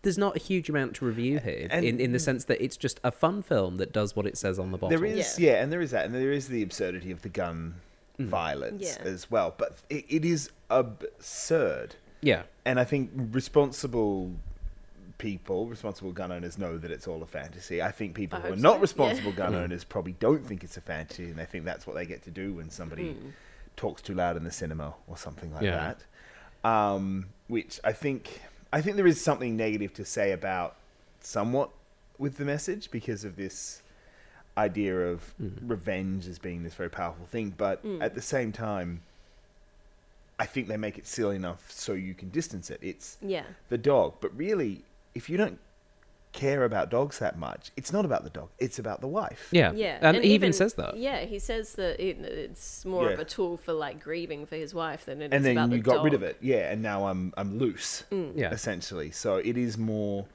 [SPEAKER 1] there's not a huge amount to review here
[SPEAKER 3] And-
[SPEAKER 1] in, in the sense that it's just a fun film that does what it says on the bottle
[SPEAKER 3] There is yeah. and there is that, and there is the absurdity of the gun
[SPEAKER 1] Mm.
[SPEAKER 3] violence
[SPEAKER 2] Yeah.
[SPEAKER 3] as well. But it, it is absurd.
[SPEAKER 1] yeah
[SPEAKER 3] and I think responsible people, responsible gun owners, know that it's all a fantasy. I think people
[SPEAKER 2] I
[SPEAKER 3] who are
[SPEAKER 2] hope
[SPEAKER 3] not
[SPEAKER 2] so,
[SPEAKER 3] responsible
[SPEAKER 2] yeah.
[SPEAKER 3] gun owners probably don't think it's a fantasy, and they think that's what they get to do when somebody
[SPEAKER 2] Hmm.
[SPEAKER 3] talks too loud in the cinema or something like
[SPEAKER 1] Yeah.
[SPEAKER 3] that. Um, which I think, I think there is something negative to say about somewhat with the message because of this idea of revenge as being this very powerful thing, but at the same time. I think they make it silly enough so you can distance it. It's
[SPEAKER 2] Yeah.
[SPEAKER 3] the dog, but really, if you don't care about dogs that much, it's not about the dog. It's about the wife.
[SPEAKER 1] yeah
[SPEAKER 2] Yeah,
[SPEAKER 1] and, he even, says that
[SPEAKER 2] Yeah, he says that it, it's more of
[SPEAKER 3] Yeah.
[SPEAKER 2] a tool for like grieving for his wife than it is
[SPEAKER 3] And then
[SPEAKER 2] about
[SPEAKER 3] you
[SPEAKER 2] the
[SPEAKER 3] got rid of
[SPEAKER 2] dog. Mm.
[SPEAKER 3] it. Yeah, and now I'm I'm loose.
[SPEAKER 1] Yeah.
[SPEAKER 3] Essentially. So it is more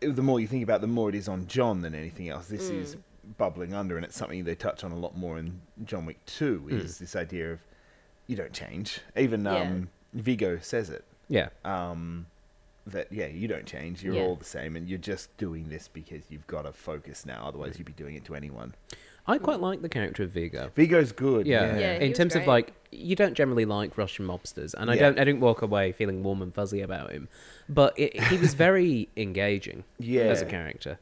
[SPEAKER 3] the more you think about it, the more it is on John than anything else. This
[SPEAKER 2] Mm.
[SPEAKER 3] is bubbling under and it's something they touch on a lot more in John Wick 2
[SPEAKER 1] Mm.
[SPEAKER 3] is this idea of you don't change. Even
[SPEAKER 2] Yeah.
[SPEAKER 3] um Vigo says it.
[SPEAKER 1] yeah
[SPEAKER 3] um, that yeah, you don't change. You're
[SPEAKER 2] Yeah.
[SPEAKER 3] all the same, and you're just doing this because you've got to focus now. Otherwise, you'd be doing it to anyone.
[SPEAKER 1] i quite like the character of vigo
[SPEAKER 3] Vigo's good.
[SPEAKER 1] yeah,
[SPEAKER 2] Yeah, he
[SPEAKER 1] in
[SPEAKER 2] was
[SPEAKER 1] terms of
[SPEAKER 2] great.
[SPEAKER 1] like you don't generally like russian mobsters and i
[SPEAKER 3] Yeah.
[SPEAKER 1] don't i didn't walk away feeling
[SPEAKER 3] *laughs*
[SPEAKER 1] warm and fuzzy about him but it, he was very engaging
[SPEAKER 3] Yeah.
[SPEAKER 1] as a character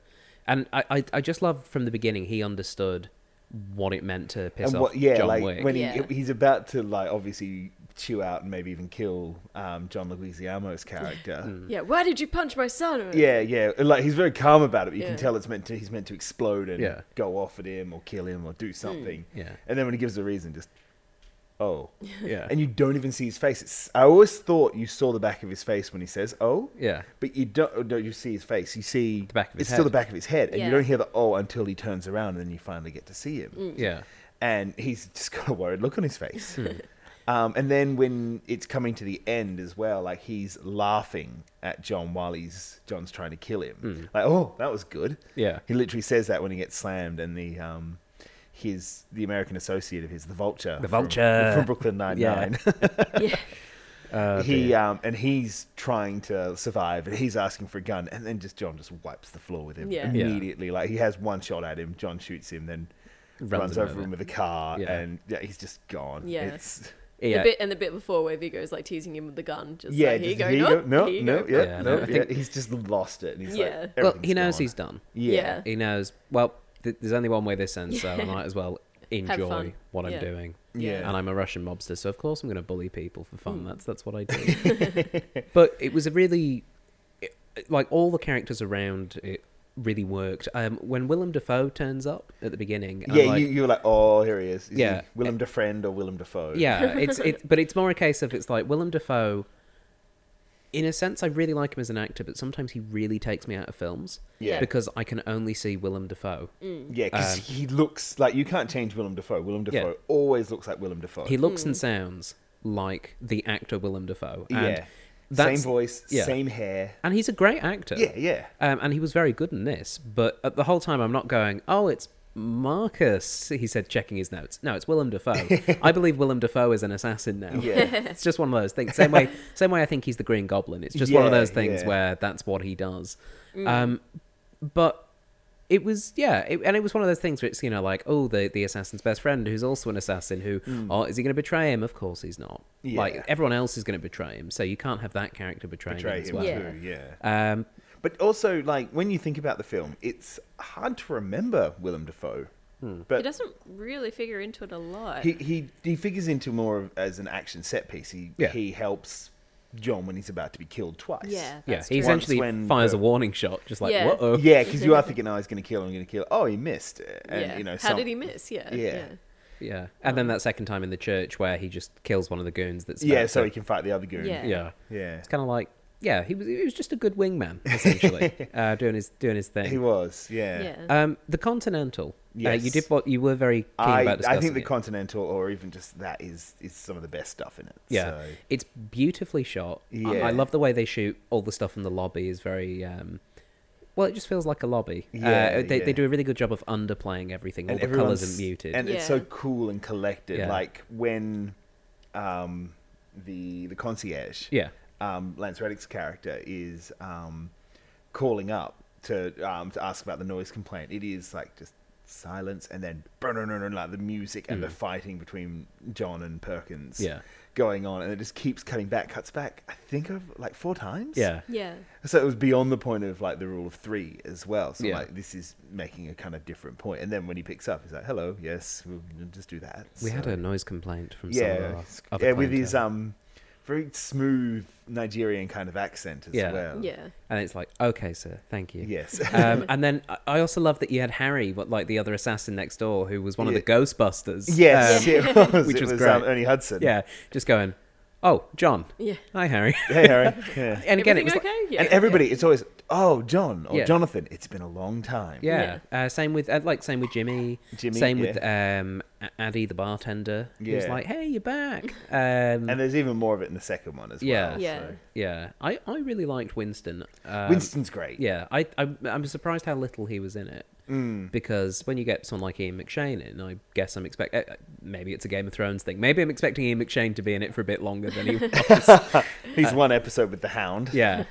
[SPEAKER 1] And I, I, I just love from the beginning he understood what it meant to piss
[SPEAKER 3] and
[SPEAKER 1] off
[SPEAKER 3] what, yeah,
[SPEAKER 1] John
[SPEAKER 3] like
[SPEAKER 1] Wick.
[SPEAKER 3] when
[SPEAKER 2] Yeah.
[SPEAKER 3] he, he's about to like obviously chew out and maybe even kill um, John Leguizamo's
[SPEAKER 1] *laughs*
[SPEAKER 3] character.
[SPEAKER 1] Hmm.
[SPEAKER 2] Yeah, why did you punch my son?
[SPEAKER 3] Yeah, yeah. Like he's very calm about it. But you
[SPEAKER 2] Yeah.
[SPEAKER 3] can tell it's meant to. He's meant to explode and
[SPEAKER 1] Yeah.
[SPEAKER 3] go off at him or kill him or
[SPEAKER 2] Hmm.
[SPEAKER 3] do something. *laughs*
[SPEAKER 1] Yeah.
[SPEAKER 3] And then when he gives the reason, just oh,
[SPEAKER 1] Yeah.
[SPEAKER 3] and you don't even see his face. It's, I always thought you saw the back of his face when he says oh.
[SPEAKER 1] Yeah.
[SPEAKER 3] But you don't. oh, No, you see his face. You see
[SPEAKER 1] The back of his
[SPEAKER 3] It's still the
[SPEAKER 1] head.
[SPEAKER 3] back of his head, and
[SPEAKER 2] Yeah.
[SPEAKER 3] you don't hear the oh until he turns around, and then you finally get to see him.
[SPEAKER 1] Yeah.
[SPEAKER 3] And he's just *laughs* got a worried look on his face. Um, and then when it's coming to the end as well, like he's laughing at John while he's John's trying to kill him. Like, oh, that was good.
[SPEAKER 1] Yeah.
[SPEAKER 3] He literally says that when he gets slammed, and the um, his the American associate of his, the Vulture,
[SPEAKER 1] The
[SPEAKER 3] from-
[SPEAKER 1] Vulture. Oh,
[SPEAKER 3] from, Brooklyn Nine Nine. *laughs*
[SPEAKER 2] yeah.
[SPEAKER 3] he um, and he's trying to survive, and he's asking for a gun, and then just John just wipes the floor with him
[SPEAKER 2] Yeah.
[SPEAKER 1] Yeah.
[SPEAKER 3] immediately. Like he has one shot at him, John shoots him, then
[SPEAKER 1] Runs
[SPEAKER 3] runs,
[SPEAKER 1] him
[SPEAKER 3] over,
[SPEAKER 1] over.
[SPEAKER 3] him with a car,
[SPEAKER 1] Yeah.
[SPEAKER 3] and yeah, he's just gone.
[SPEAKER 2] Yeah.
[SPEAKER 3] It's-
[SPEAKER 1] Yeah.
[SPEAKER 2] The bit and the bit before where Vigo's like teasing him with the gun,
[SPEAKER 3] *laughs*
[SPEAKER 2] just
[SPEAKER 3] yeah,
[SPEAKER 2] like, here you
[SPEAKER 3] just,
[SPEAKER 2] go,
[SPEAKER 3] here you
[SPEAKER 2] no,
[SPEAKER 3] go, no,
[SPEAKER 2] here you
[SPEAKER 3] no,
[SPEAKER 2] go.
[SPEAKER 3] yeah,
[SPEAKER 1] Yeah,
[SPEAKER 3] no,
[SPEAKER 1] I
[SPEAKER 3] yeah.
[SPEAKER 1] think-
[SPEAKER 3] He's just lost it, and he's
[SPEAKER 2] Yeah.
[SPEAKER 3] like,
[SPEAKER 1] Well, he
[SPEAKER 3] everything's
[SPEAKER 1] knows
[SPEAKER 3] gone.
[SPEAKER 1] he's done.
[SPEAKER 3] yeah,
[SPEAKER 1] He knows. Well, th- there's only one way this ends, so I might as well
[SPEAKER 2] *laughs*
[SPEAKER 1] enjoy
[SPEAKER 2] fun.
[SPEAKER 1] what I'm
[SPEAKER 2] Yeah. Hmm.
[SPEAKER 1] doing.
[SPEAKER 3] Yeah.
[SPEAKER 1] And I'm a Russian mobster, so of course I'm going to bully people for fun. That's that's what I do.
[SPEAKER 2] *laughs*
[SPEAKER 1] but it was a really, it- like all the characters around it really worked. Um, when Willem Dafoe turns up at the beginning, I'm
[SPEAKER 3] yeah.
[SPEAKER 1] like,
[SPEAKER 3] you, *laughs* you were like, oh, here he is. Is
[SPEAKER 1] Yeah.
[SPEAKER 3] he Willem Defriend or Willem Dafoe?
[SPEAKER 1] yeah, it's it, but it's more a case of it's like Willem Dafoe. In a sense, I really like him as an actor, but sometimes he really takes me out of films
[SPEAKER 3] Yeah.
[SPEAKER 1] because I can only see Willem Dafoe.
[SPEAKER 2] Mm.
[SPEAKER 3] yeah, because
[SPEAKER 1] Um,
[SPEAKER 3] he looks like you can't change Willem Dafoe. Willem Dafoe
[SPEAKER 1] Yeah.
[SPEAKER 3] always looks like Willem Dafoe.
[SPEAKER 1] He looks and sounds like the actor Willem Dafoe. And
[SPEAKER 3] yeah, same
[SPEAKER 1] that's-
[SPEAKER 3] voice,
[SPEAKER 1] yeah.
[SPEAKER 3] same hair.
[SPEAKER 1] And he's a great actor.
[SPEAKER 3] Yeah, yeah.
[SPEAKER 1] Um, and he was very good in this, but at the whole time I'm not going, oh, it's Marcus, he said, checking his notes. No, it's Willem Dafoe.
[SPEAKER 3] *laughs*
[SPEAKER 1] I believe Willem Dafoe is an assassin now.
[SPEAKER 3] Yeah.
[SPEAKER 1] *laughs* it's just one of those things. Same way, same way I think he's the Green Goblin. It's just one of
[SPEAKER 3] Yeah,
[SPEAKER 1] those things
[SPEAKER 3] yeah.
[SPEAKER 1] where that's what he does. Um, but it was yeah, it, and it was one of those things where it's you know like oh the the assassin's best friend who's also an assassin who oh is he going to betray him? Of course he's not.
[SPEAKER 3] Mm. Yeah.
[SPEAKER 1] Like everyone else is going to betray him, so you can't have that character betraying
[SPEAKER 3] Betray
[SPEAKER 1] him as
[SPEAKER 3] him
[SPEAKER 1] well.
[SPEAKER 2] Yeah.
[SPEAKER 3] too, yeah.
[SPEAKER 1] Um,
[SPEAKER 3] But also, like when you think about the film, it's hard to remember Willem Dafoe.
[SPEAKER 2] He
[SPEAKER 3] But
[SPEAKER 2] doesn't really figure into it a lot.
[SPEAKER 3] he, he he figures into more of, as an action set piece. He
[SPEAKER 1] Yeah.
[SPEAKER 3] he helps John when he's about to be killed twice.
[SPEAKER 2] yeah,
[SPEAKER 1] yeah,
[SPEAKER 2] that's
[SPEAKER 1] he
[SPEAKER 2] true.
[SPEAKER 3] Once
[SPEAKER 1] essentially
[SPEAKER 3] when
[SPEAKER 1] fires
[SPEAKER 3] the-
[SPEAKER 1] a warning shot, just like
[SPEAKER 2] Yeah.
[SPEAKER 1] whoa.
[SPEAKER 3] yeah, because you are thinking, "Oh, he's going to kill him. I'm going to kill." him." Oh, he missed. And
[SPEAKER 2] yeah.
[SPEAKER 3] you know,
[SPEAKER 2] how
[SPEAKER 3] some-
[SPEAKER 2] did he miss? Yeah,
[SPEAKER 3] Yeah.
[SPEAKER 1] Yeah, and then that second time in the church where he just kills one of the goons. That's
[SPEAKER 3] Yeah,
[SPEAKER 1] about
[SPEAKER 3] so
[SPEAKER 1] to-
[SPEAKER 3] he can fight the other goon.
[SPEAKER 2] Yeah.
[SPEAKER 1] yeah,
[SPEAKER 3] yeah.
[SPEAKER 1] It's kind of like yeah, he was he was just a good wingman essentially,
[SPEAKER 3] *laughs*
[SPEAKER 1] uh, doing his doing his thing.
[SPEAKER 3] He was.
[SPEAKER 2] yeah.
[SPEAKER 3] Yeah.
[SPEAKER 2] yeah.
[SPEAKER 1] Um, the Continental. Yeah, you
[SPEAKER 3] Yes.
[SPEAKER 1] did what you were very keen
[SPEAKER 3] I,
[SPEAKER 1] about
[SPEAKER 3] I
[SPEAKER 1] discussing.
[SPEAKER 3] think the
[SPEAKER 1] it.
[SPEAKER 3] Continental, or even just that, is is some of the best stuff in it.
[SPEAKER 1] Yeah,
[SPEAKER 3] So,
[SPEAKER 1] it's beautifully shot. I- I,
[SPEAKER 3] Yeah.
[SPEAKER 1] love the way they shoot. All the stuff in the lobby is very. Um, well, it just feels like a lobby.
[SPEAKER 3] Yeah,
[SPEAKER 1] uh, they, they
[SPEAKER 3] yeah.
[SPEAKER 1] do a really good job of underplaying everything. All the
[SPEAKER 3] everyone's-
[SPEAKER 1] colours are muted.
[SPEAKER 3] And it's
[SPEAKER 2] Yeah.
[SPEAKER 3] so cool and collected.
[SPEAKER 1] Yeah.
[SPEAKER 3] Like when um, the the concierge,
[SPEAKER 1] yeah,
[SPEAKER 3] um, Lance Reddick's character, is um, calling up to um, to ask about the noise complaint. It is like just silence and then like the music and the fighting between John and Perkins
[SPEAKER 1] Hmm. Yeah.
[SPEAKER 3] going on and it just keeps cutting back cuts back I think of like four times
[SPEAKER 1] yeah,
[SPEAKER 2] yeah.
[SPEAKER 3] so it was beyond the point of like the rule of three as well. So
[SPEAKER 1] Yeah.
[SPEAKER 3] like this is making a kind of different point. And then when he picks up, he's like, "Hello, yes, we'll we'll just do that."
[SPEAKER 1] We had
[SPEAKER 3] So-
[SPEAKER 1] a noise complaint from some of
[SPEAKER 3] uh, yeah,
[SPEAKER 1] our
[SPEAKER 3] it's-
[SPEAKER 1] other
[SPEAKER 3] yeah, with his
[SPEAKER 1] clientele.
[SPEAKER 3] um very smooth Nigerian kind of accent as
[SPEAKER 1] Yeah.
[SPEAKER 3] well.
[SPEAKER 2] Yeah.
[SPEAKER 1] and it's like, okay, sir, thank you. *laughs*
[SPEAKER 3] Yes. *laughs*
[SPEAKER 1] um, and then I- I also love that you had Harry, what like the other assassin next door, who was one of
[SPEAKER 3] Yeah.
[SPEAKER 1] the Ghostbusters.
[SPEAKER 3] yes,
[SPEAKER 1] Um,
[SPEAKER 3] it was.
[SPEAKER 1] which
[SPEAKER 3] it
[SPEAKER 1] was
[SPEAKER 3] was,
[SPEAKER 1] great.
[SPEAKER 3] um, Ernie Hudson.
[SPEAKER 1] yeah, just going, oh, John,
[SPEAKER 2] Yeah.
[SPEAKER 1] hi, Harry. *laughs*
[SPEAKER 3] Hey Harry. *laughs* Yeah.
[SPEAKER 1] and again, it was
[SPEAKER 2] Everything
[SPEAKER 1] like-
[SPEAKER 2] okay? yeah.
[SPEAKER 3] and everybody, it's always, "Oh, John or
[SPEAKER 1] Yeah.
[SPEAKER 3] Jonathan, it's been a long time."
[SPEAKER 1] yeah, Uh, same with uh, like same with Jimmy.
[SPEAKER 3] Jimmy,
[SPEAKER 1] same with um, A- Addy, the bartender. who's
[SPEAKER 3] Yeah.
[SPEAKER 1] like, hey, you're back. Um,
[SPEAKER 3] *laughs* And there's even more of it in the second one as
[SPEAKER 1] Yeah.
[SPEAKER 3] well.
[SPEAKER 2] Yeah.
[SPEAKER 3] so.
[SPEAKER 1] yeah, I, I really liked Winston. Um,
[SPEAKER 3] Winston's great.
[SPEAKER 1] Yeah, I, I I'm surprised how little he was in it.
[SPEAKER 3] Mm.
[SPEAKER 1] Because when you get someone like Ian McShane in, I guess I'm expect uh, maybe it's a Game of Thrones thing. Maybe I'm expecting Ian McShane to be in it for a bit longer than he
[SPEAKER 3] *laughs*
[SPEAKER 1] was.
[SPEAKER 3] He's one episode with the Hound.
[SPEAKER 1] Uh, yeah,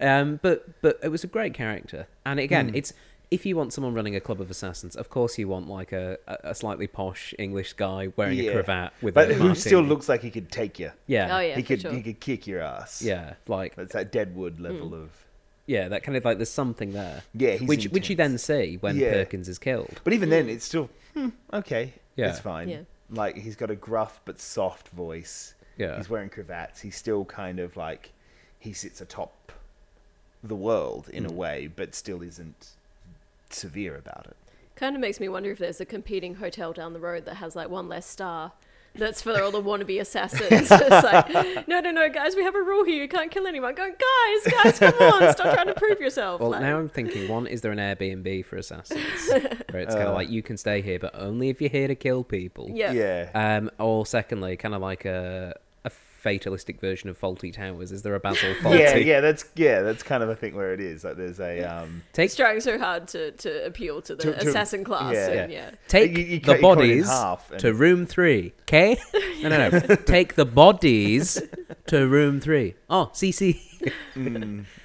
[SPEAKER 1] um, but but it was a great character, and again,
[SPEAKER 3] Mm.
[SPEAKER 1] it's if you want someone running a club of assassins, of course you want like a, a a slightly posh English guy wearing a
[SPEAKER 3] Yeah.
[SPEAKER 1] cravat with
[SPEAKER 3] but
[SPEAKER 1] a
[SPEAKER 3] who still
[SPEAKER 1] martini.
[SPEAKER 3] looks like he could take you.
[SPEAKER 1] yeah
[SPEAKER 2] Oh, yeah.
[SPEAKER 3] he
[SPEAKER 2] for
[SPEAKER 3] could
[SPEAKER 2] sure. Hmm.
[SPEAKER 3] he could kick your ass.
[SPEAKER 1] yeah like
[SPEAKER 3] that's that Deadwood level of
[SPEAKER 1] Yeah, that kind of like there's something there.
[SPEAKER 3] Yeah, he's
[SPEAKER 1] which which you then
[SPEAKER 3] intense.
[SPEAKER 1] see when
[SPEAKER 3] Yeah.
[SPEAKER 1] Perkins is killed.
[SPEAKER 3] But even then, it's still hmm, okay.
[SPEAKER 1] Mm. Yeah.
[SPEAKER 3] it's fine.
[SPEAKER 2] Yeah.
[SPEAKER 3] Like he's got a gruff but soft voice.
[SPEAKER 1] Yeah.
[SPEAKER 3] he's wearing cravats. He's still kind of like he sits atop the world in a
[SPEAKER 1] Mm.
[SPEAKER 3] way, but still isn't severe about it.
[SPEAKER 2] Kind of makes me wonder if there's a competing hotel down the road that has like one less star. That's for all the wannabe assassins. *laughs* it's like, no, no, no, guys, we have a rule here. You can't kill anyone. Going, guys, guys, come
[SPEAKER 1] *laughs*
[SPEAKER 2] on, stop trying to prove yourself.
[SPEAKER 1] Well,
[SPEAKER 2] like,
[SPEAKER 1] now I'm thinking, one, is there an Airbnb for assassins? Where it's
[SPEAKER 3] Uh.
[SPEAKER 1] kind of like, you can stay here, but only if you're here to kill people.
[SPEAKER 2] yeah,
[SPEAKER 3] Yeah,
[SPEAKER 1] Um, or secondly, kind of like a, a fatalistic version of Faulty Towers. Is there a Basil Faulty?
[SPEAKER 3] yeah, yeah. That's yeah. That's kind of I think where it is. Like there's a um,
[SPEAKER 1] Take,
[SPEAKER 2] it's trying so hard to, to appeal to the
[SPEAKER 3] To- to-
[SPEAKER 2] assassin class.
[SPEAKER 3] yeah.
[SPEAKER 2] and,
[SPEAKER 1] yeah.
[SPEAKER 2] yeah.
[SPEAKER 1] take
[SPEAKER 3] You- you cut-
[SPEAKER 1] the
[SPEAKER 3] you cut it in
[SPEAKER 1] bodies
[SPEAKER 3] half and-
[SPEAKER 1] to room three, okay? No, no, no. take the bodies to room three. Oh, CC. *laughs*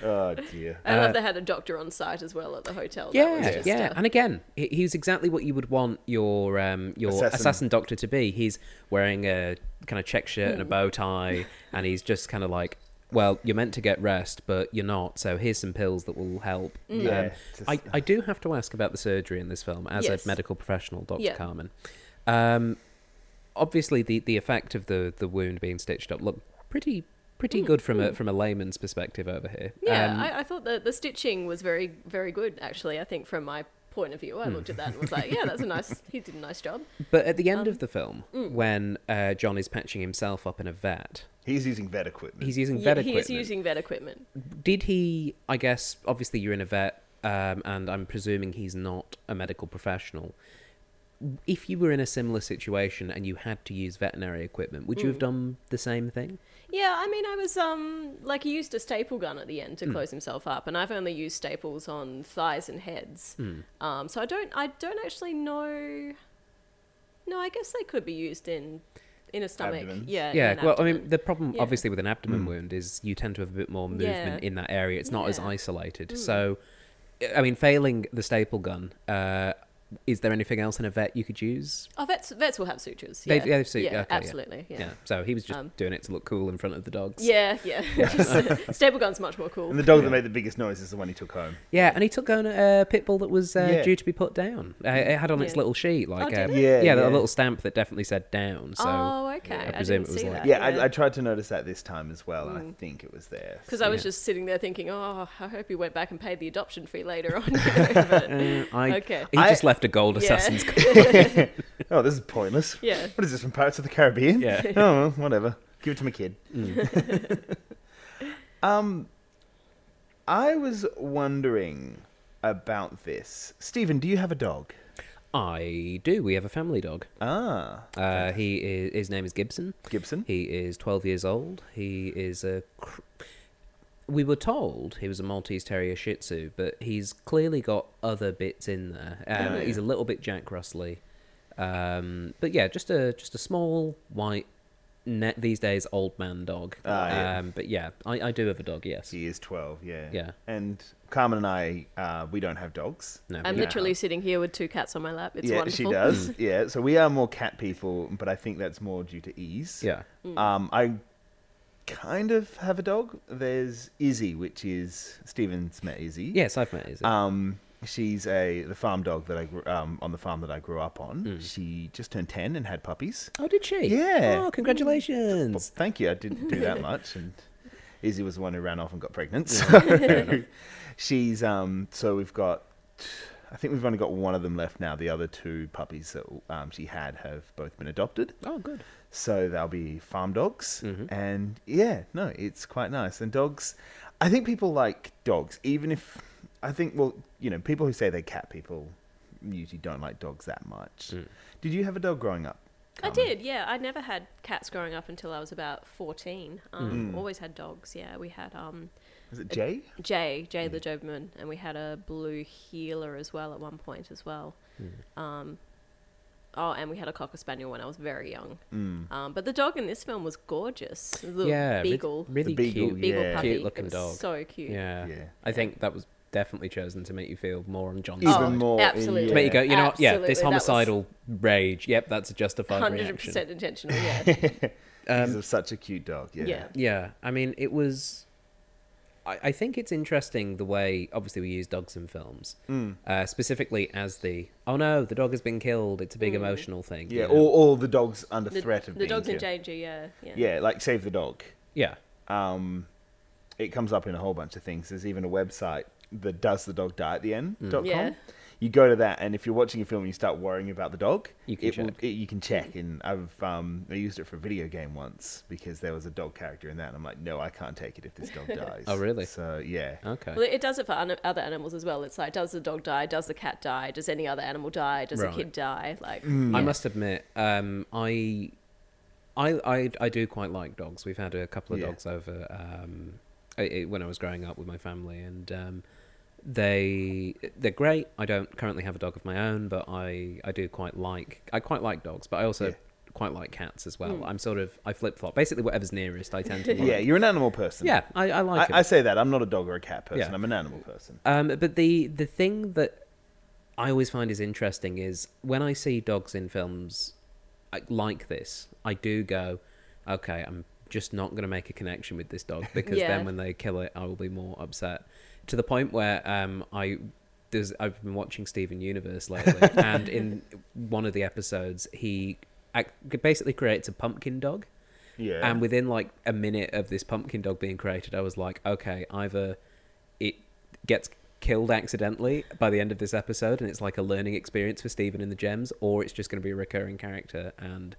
[SPEAKER 3] oh dear.
[SPEAKER 2] I love they had a doctor on site as well at the hotel. That was
[SPEAKER 1] Uh, Yeah,
[SPEAKER 2] just,
[SPEAKER 1] yeah.
[SPEAKER 2] uh,
[SPEAKER 1] And again, he he was exactly what you would want your um, your assassin.
[SPEAKER 3] Assassin.
[SPEAKER 1] doctor to be. He's wearing a kind of check shirt
[SPEAKER 2] Hmm.
[SPEAKER 1] and a bow tie, and he's just kind of like, well, you're meant to get rest, but you're not. So here's some pills that will help.
[SPEAKER 2] Mm.
[SPEAKER 3] Yeah,
[SPEAKER 1] Um,
[SPEAKER 3] just-
[SPEAKER 1] I, I do have to ask about the surgery in this film as
[SPEAKER 2] Yes.
[SPEAKER 1] a medical professional, Dr.
[SPEAKER 2] Yeah.
[SPEAKER 1] Carmen. Um, obviously, the, the effect of the, the wound being stitched up looked pretty pretty good from a from a layman's perspective over here.
[SPEAKER 2] Mm. Yeah,
[SPEAKER 1] Um,
[SPEAKER 2] I, I thought the, the stitching was very, very good, actually. I think from my point of view, I looked at that and was
[SPEAKER 1] *laughs*
[SPEAKER 2] like, yeah, that's a nice, he did a nice job.
[SPEAKER 1] But at
[SPEAKER 2] Um,
[SPEAKER 1] the end of the film,
[SPEAKER 2] mm.
[SPEAKER 1] when uh, John is patching himself up in a vet,
[SPEAKER 3] He's using vet equipment.
[SPEAKER 1] he's using
[SPEAKER 2] Yeah,
[SPEAKER 1] vet
[SPEAKER 2] he is
[SPEAKER 1] equipment.
[SPEAKER 2] using vet equipment.
[SPEAKER 1] Did he? I guess obviously you're in a vet, um, and I'm presuming he's not a medical professional. If you were in a similar situation and you had to use veterinary equipment, would you
[SPEAKER 2] Mm.
[SPEAKER 1] have done the same thing?
[SPEAKER 2] Yeah, I mean, I was, um, like, he used a staple gun at the end
[SPEAKER 1] Hmm.
[SPEAKER 2] to close himself up, and I've only used staples on thighs and heads.
[SPEAKER 1] Hmm.
[SPEAKER 2] Um, so I don't, I don't actually know. No, I guess they could be used in, in a stomach.
[SPEAKER 3] Abdomens.
[SPEAKER 2] Yeah. in
[SPEAKER 1] yeah.
[SPEAKER 2] Uh, an
[SPEAKER 1] Well, I
[SPEAKER 2] abdomen.
[SPEAKER 1] mean, the problem
[SPEAKER 2] Yeah.
[SPEAKER 1] obviously with an abdomen wound is you tend to have a bit more movement
[SPEAKER 2] Yeah.
[SPEAKER 1] in that area. It's not as
[SPEAKER 2] Yeah. Mm.
[SPEAKER 1] isolated. So, I mean, failing the staple gun, uh, is there anything else in a vet you could use?
[SPEAKER 2] Oh, vets, vets will have sutures.
[SPEAKER 1] They-
[SPEAKER 2] Yeah,
[SPEAKER 1] they have sut- okay, yeah.
[SPEAKER 2] absolutely.
[SPEAKER 1] Yeah.
[SPEAKER 2] yeah.
[SPEAKER 1] So he was just
[SPEAKER 2] Um,
[SPEAKER 1] doing it to look cool in front of the dogs.
[SPEAKER 2] Yeah, yeah. *laughs* Just, staple gun's much more cool.
[SPEAKER 3] and the dog that made the biggest noise is the one he took home.
[SPEAKER 1] Yeah, and he took on a pit bull that was uh,
[SPEAKER 3] Yeah.
[SPEAKER 1] due to be put down. Uh, it had on its
[SPEAKER 2] Yeah. Oh,
[SPEAKER 1] little sheet, like
[SPEAKER 2] did
[SPEAKER 1] um,
[SPEAKER 3] it? Yeah,
[SPEAKER 1] yeah, a
[SPEAKER 3] yeah.
[SPEAKER 1] little stamp that definitely said down. *laughs* So
[SPEAKER 2] oh, okay. I,
[SPEAKER 1] presume
[SPEAKER 2] didn't
[SPEAKER 1] it was
[SPEAKER 2] see
[SPEAKER 1] like-
[SPEAKER 2] that.
[SPEAKER 3] Yeah, I, I tried to notice that this time as well,
[SPEAKER 2] Mm.
[SPEAKER 3] and I think it was there.
[SPEAKER 2] because I was just sitting there thinking, oh, I hope he went back and paid the adoption fee
[SPEAKER 1] *laughs*
[SPEAKER 2] later on. *laughs* you know, but-
[SPEAKER 1] uh, I,
[SPEAKER 2] Okay.
[SPEAKER 1] he
[SPEAKER 3] I-
[SPEAKER 1] just left a gold
[SPEAKER 2] Yeah.
[SPEAKER 1] assassin's. *laughs*
[SPEAKER 3] *laughs* Oh, this is pointless.
[SPEAKER 2] Yeah.
[SPEAKER 3] What is this from Pirates of the Caribbean?
[SPEAKER 1] Yeah.
[SPEAKER 3] *laughs*
[SPEAKER 1] Mm.
[SPEAKER 3] oh, well, whatever. Give it to my kid. *laughs* um, I was wondering about this. Stephen, do you have a dog?
[SPEAKER 1] I do. We have a family dog.
[SPEAKER 3] Ah,
[SPEAKER 1] Uh, he is, his name is Gibson.
[SPEAKER 3] Gibson.
[SPEAKER 1] He is 12 years old. He is a. Cr- we were told he was a Maltese Terrier Shih Tzu, but he's clearly got other bits in there. Um,
[SPEAKER 3] Oh, Yeah,
[SPEAKER 1] He's a
[SPEAKER 3] yeah.
[SPEAKER 1] little bit Jack Russell-y. Um, but yeah, just a just a small white, net these days old man dog.
[SPEAKER 3] Ah, yeah.
[SPEAKER 1] Um, but yeah, I, I do have a dog. Yes.
[SPEAKER 3] He is twelve. Yeah.
[SPEAKER 1] Yeah.
[SPEAKER 3] And Carmen and I, uh, we don't have dogs.
[SPEAKER 1] No,
[SPEAKER 2] I'm
[SPEAKER 1] we don't.
[SPEAKER 2] literally sitting here with two cats on my lap. It's
[SPEAKER 3] yeah,
[SPEAKER 2] wonderful.
[SPEAKER 3] she does.
[SPEAKER 2] *laughs*
[SPEAKER 3] yeah. So we are more cat people, but I think that's more due to ease.
[SPEAKER 1] Yeah.
[SPEAKER 3] Um, I kind of have a dog. There's Izzy, which is Stephen's met Izzy.
[SPEAKER 1] Yes, I've met Izzy.
[SPEAKER 3] Um, she's a the farm dog that I grew, um, on the farm that I grew up on.
[SPEAKER 2] Mm.
[SPEAKER 3] She just turned ten and had puppies.
[SPEAKER 1] oh, did she?
[SPEAKER 3] yeah.
[SPEAKER 1] Oh,
[SPEAKER 3] Well, *laughs*
[SPEAKER 1] congratulations.
[SPEAKER 3] thank you. I didn't do that much, and Izzy was the one who ran off and got pregnant. So *laughs* she's um. So we've got. I think we've only got one of them left now. The other two puppies that um, she had have both been adopted,
[SPEAKER 1] Oh, good.
[SPEAKER 3] so they'll be farm dogs. And yeah, no, it's quite nice. And dogs, I think people like dogs, even if I think well, you know, people who say they're cat people usually don't like dogs that much. Did you have a dog growing up?
[SPEAKER 2] I
[SPEAKER 3] Carmen?
[SPEAKER 2] did, yeah. I never had cats growing up until I was about 14.
[SPEAKER 3] Mm.
[SPEAKER 2] Um, Always had dogs, yeah. We had um,
[SPEAKER 3] Was it Jay?
[SPEAKER 2] Jay, Jay the
[SPEAKER 3] Mm.
[SPEAKER 2] Doberman, and we had a blue healer as well at one point as well.
[SPEAKER 3] Mm.
[SPEAKER 2] Um, oh, and we had a cocker spaniel when I was very young.
[SPEAKER 3] Mm.
[SPEAKER 2] Um, but the dog in this film was gorgeous. The little
[SPEAKER 1] Yeah. re-
[SPEAKER 2] beagle,
[SPEAKER 1] Really
[SPEAKER 3] The beagle,
[SPEAKER 1] cute.
[SPEAKER 2] beagle
[SPEAKER 3] yeah.
[SPEAKER 2] puppy.
[SPEAKER 1] Cute looking
[SPEAKER 2] It was
[SPEAKER 1] dog.
[SPEAKER 2] So cute.
[SPEAKER 1] Yeah.
[SPEAKER 3] Yeah.
[SPEAKER 1] I think that was definitely chosen to make you feel more on John's
[SPEAKER 3] Even
[SPEAKER 1] side.
[SPEAKER 3] more.
[SPEAKER 2] Oh, absolutely.
[SPEAKER 1] To make you go, you know what? Yeah,
[SPEAKER 2] Absolutely,
[SPEAKER 1] this
[SPEAKER 2] that was-
[SPEAKER 1] homicidal rage. Yep, that's a justified
[SPEAKER 2] Hundred
[SPEAKER 1] reaction.
[SPEAKER 2] percent intentional.
[SPEAKER 1] *laughs*
[SPEAKER 2] Yeah,
[SPEAKER 3] He's such a cute dog. Yeah.
[SPEAKER 2] Yeah.
[SPEAKER 1] Yeah, I mean, it was. I- I, I think it's interesting the way obviously we use dogs in films,
[SPEAKER 3] Hmm.
[SPEAKER 1] uh, specifically as the oh no, the dog has been killed. It's a
[SPEAKER 2] Hmm.
[SPEAKER 1] big emotional thing.
[SPEAKER 3] Yeah,
[SPEAKER 1] you
[SPEAKER 3] or,
[SPEAKER 1] know?
[SPEAKER 3] or the dogs under
[SPEAKER 2] The,
[SPEAKER 3] threat of
[SPEAKER 2] the
[SPEAKER 3] being
[SPEAKER 2] dog's in
[SPEAKER 3] killed.
[SPEAKER 2] danger. Yeah, yeah.
[SPEAKER 3] Yeah, like save the dog.
[SPEAKER 1] yeah,
[SPEAKER 3] Um, it comes up in a whole bunch of things. There's even a website that does the dog die at the end
[SPEAKER 1] Mm.
[SPEAKER 3] dot com.
[SPEAKER 2] Yeah.
[SPEAKER 3] You go to that, and if you're watching a film and you start worrying about the dog,
[SPEAKER 1] You can
[SPEAKER 3] it will-
[SPEAKER 1] check.
[SPEAKER 3] it- you can check. And I've um, I used it for a video game once because there was a dog character in that, and I'm like, no, I can't take it
[SPEAKER 1] *laughs*
[SPEAKER 3] if this dog dies.
[SPEAKER 1] Oh, really? Oh,
[SPEAKER 3] So yeah,
[SPEAKER 1] okay.
[SPEAKER 2] Well, it does it for un- other animals as well. It's like, does the dog die? Does the cat die? Does any other animal die? Does
[SPEAKER 1] Right.
[SPEAKER 2] a kid die? Like,
[SPEAKER 3] Mm, Hmm.
[SPEAKER 1] I must admit, um, I, I, I, I do quite like dogs. We've had a couple of
[SPEAKER 3] Yeah.
[SPEAKER 1] dogs over um, i i when I was growing up with my family, and um, they they're great. I don't currently have a dog of my own, but I I do quite like I quite like dogs, but I also
[SPEAKER 3] Yeah. Hmm.
[SPEAKER 1] quite like cats as well. I'm sort of I flip flop. Basically, whatever's nearest, I
[SPEAKER 3] *laughs*
[SPEAKER 1] tend to like.
[SPEAKER 3] yeah, you're an animal person.
[SPEAKER 1] yeah. I, I like. 'em.
[SPEAKER 3] I, I say that I'm not a dog or a cat person.
[SPEAKER 1] Yeah.
[SPEAKER 3] I'm an animal person.
[SPEAKER 1] Um, but the the thing that I always find is interesting is when I see dogs in films like- like this, I do go, okay, I'm just not going to make a connection with this dog because
[SPEAKER 2] Yeah.
[SPEAKER 1] then when they kill it, I will be more upset. To the point where um, I. There's, I've been watching Steven Universe lately, and in one of the episodes, he ac- basically creates a pumpkin dog.
[SPEAKER 3] Yeah.
[SPEAKER 1] And within like a minute of this pumpkin dog being created, I was like, okay, either it gets killed accidentally by the end of this episode and it's like a learning experience for Steven and the Gems, or it's just going to be a recurring character and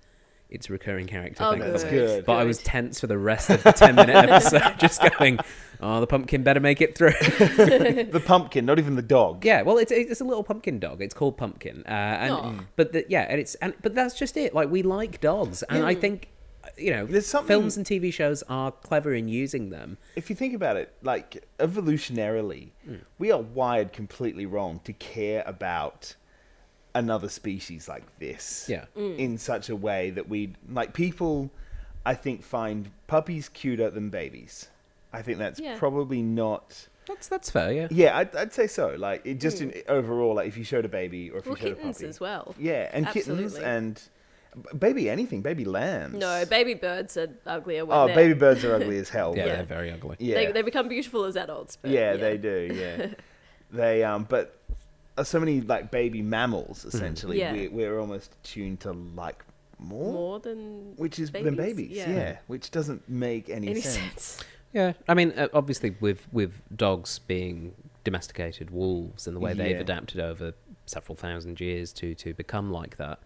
[SPEAKER 1] it's a recurring character.
[SPEAKER 2] oh,
[SPEAKER 1] thankfully.
[SPEAKER 2] good.
[SPEAKER 3] That's good.
[SPEAKER 1] But I was tense for the rest of the 10
[SPEAKER 2] *laughs*
[SPEAKER 1] minute episode, just going, oh, the pumpkin better make it through. *laughs*
[SPEAKER 3] the pumpkin, not even the dog.
[SPEAKER 1] Yeah, well, it's it's a little pumpkin dog. It's called Pumpkin, uh, and
[SPEAKER 2] Aw.
[SPEAKER 1] but the, yeah, and it's and but that's just it. Like we like dogs, and
[SPEAKER 2] Hmm.
[SPEAKER 1] I think you know,
[SPEAKER 3] There's something-
[SPEAKER 1] films and TV shows are clever in using them.
[SPEAKER 3] if you think about it, like evolutionarily,
[SPEAKER 1] Hmm.
[SPEAKER 3] we are wired completely wrong to care about another species like this.
[SPEAKER 1] Yeah.
[SPEAKER 2] Hmm.
[SPEAKER 3] In such a way that we like people I think find puppies cuter than babies. I think that's
[SPEAKER 2] Yeah.
[SPEAKER 3] probably not
[SPEAKER 1] That's that's fair. Yeah,
[SPEAKER 3] Yeah, I'd, I'd say so. Like it just in, overall like if you showed a baby or if
[SPEAKER 2] Hmm. well,
[SPEAKER 3] you showed a
[SPEAKER 2] kittens
[SPEAKER 3] puppy.
[SPEAKER 2] as well.
[SPEAKER 3] Yeah, and kittens
[SPEAKER 2] Absolutely.
[SPEAKER 3] and b- baby anything, baby lambs.
[SPEAKER 2] No, baby birds are uglier when
[SPEAKER 3] Oh,
[SPEAKER 2] they're,
[SPEAKER 3] baby birds are ugly as
[SPEAKER 1] *laughs*
[SPEAKER 3] hell.
[SPEAKER 1] yeah,
[SPEAKER 3] but-
[SPEAKER 1] they're very ugly.
[SPEAKER 3] yeah.
[SPEAKER 2] They, they become beautiful as adults. But
[SPEAKER 3] yeah, they do. Yeah, they um, but uh, so many like baby mammals essentially.
[SPEAKER 2] Yeah.
[SPEAKER 3] We, we're almost tuned to like more,
[SPEAKER 2] more than
[SPEAKER 3] which is than babies. Yeah. which doesn't make any,
[SPEAKER 2] Any
[SPEAKER 3] sense.
[SPEAKER 2] sense?
[SPEAKER 1] Yeah, I mean, uh, obviously with with dogs being domesticated wolves and the way they've
[SPEAKER 3] Yeah.
[SPEAKER 1] adapted over several thousand years to to become like that,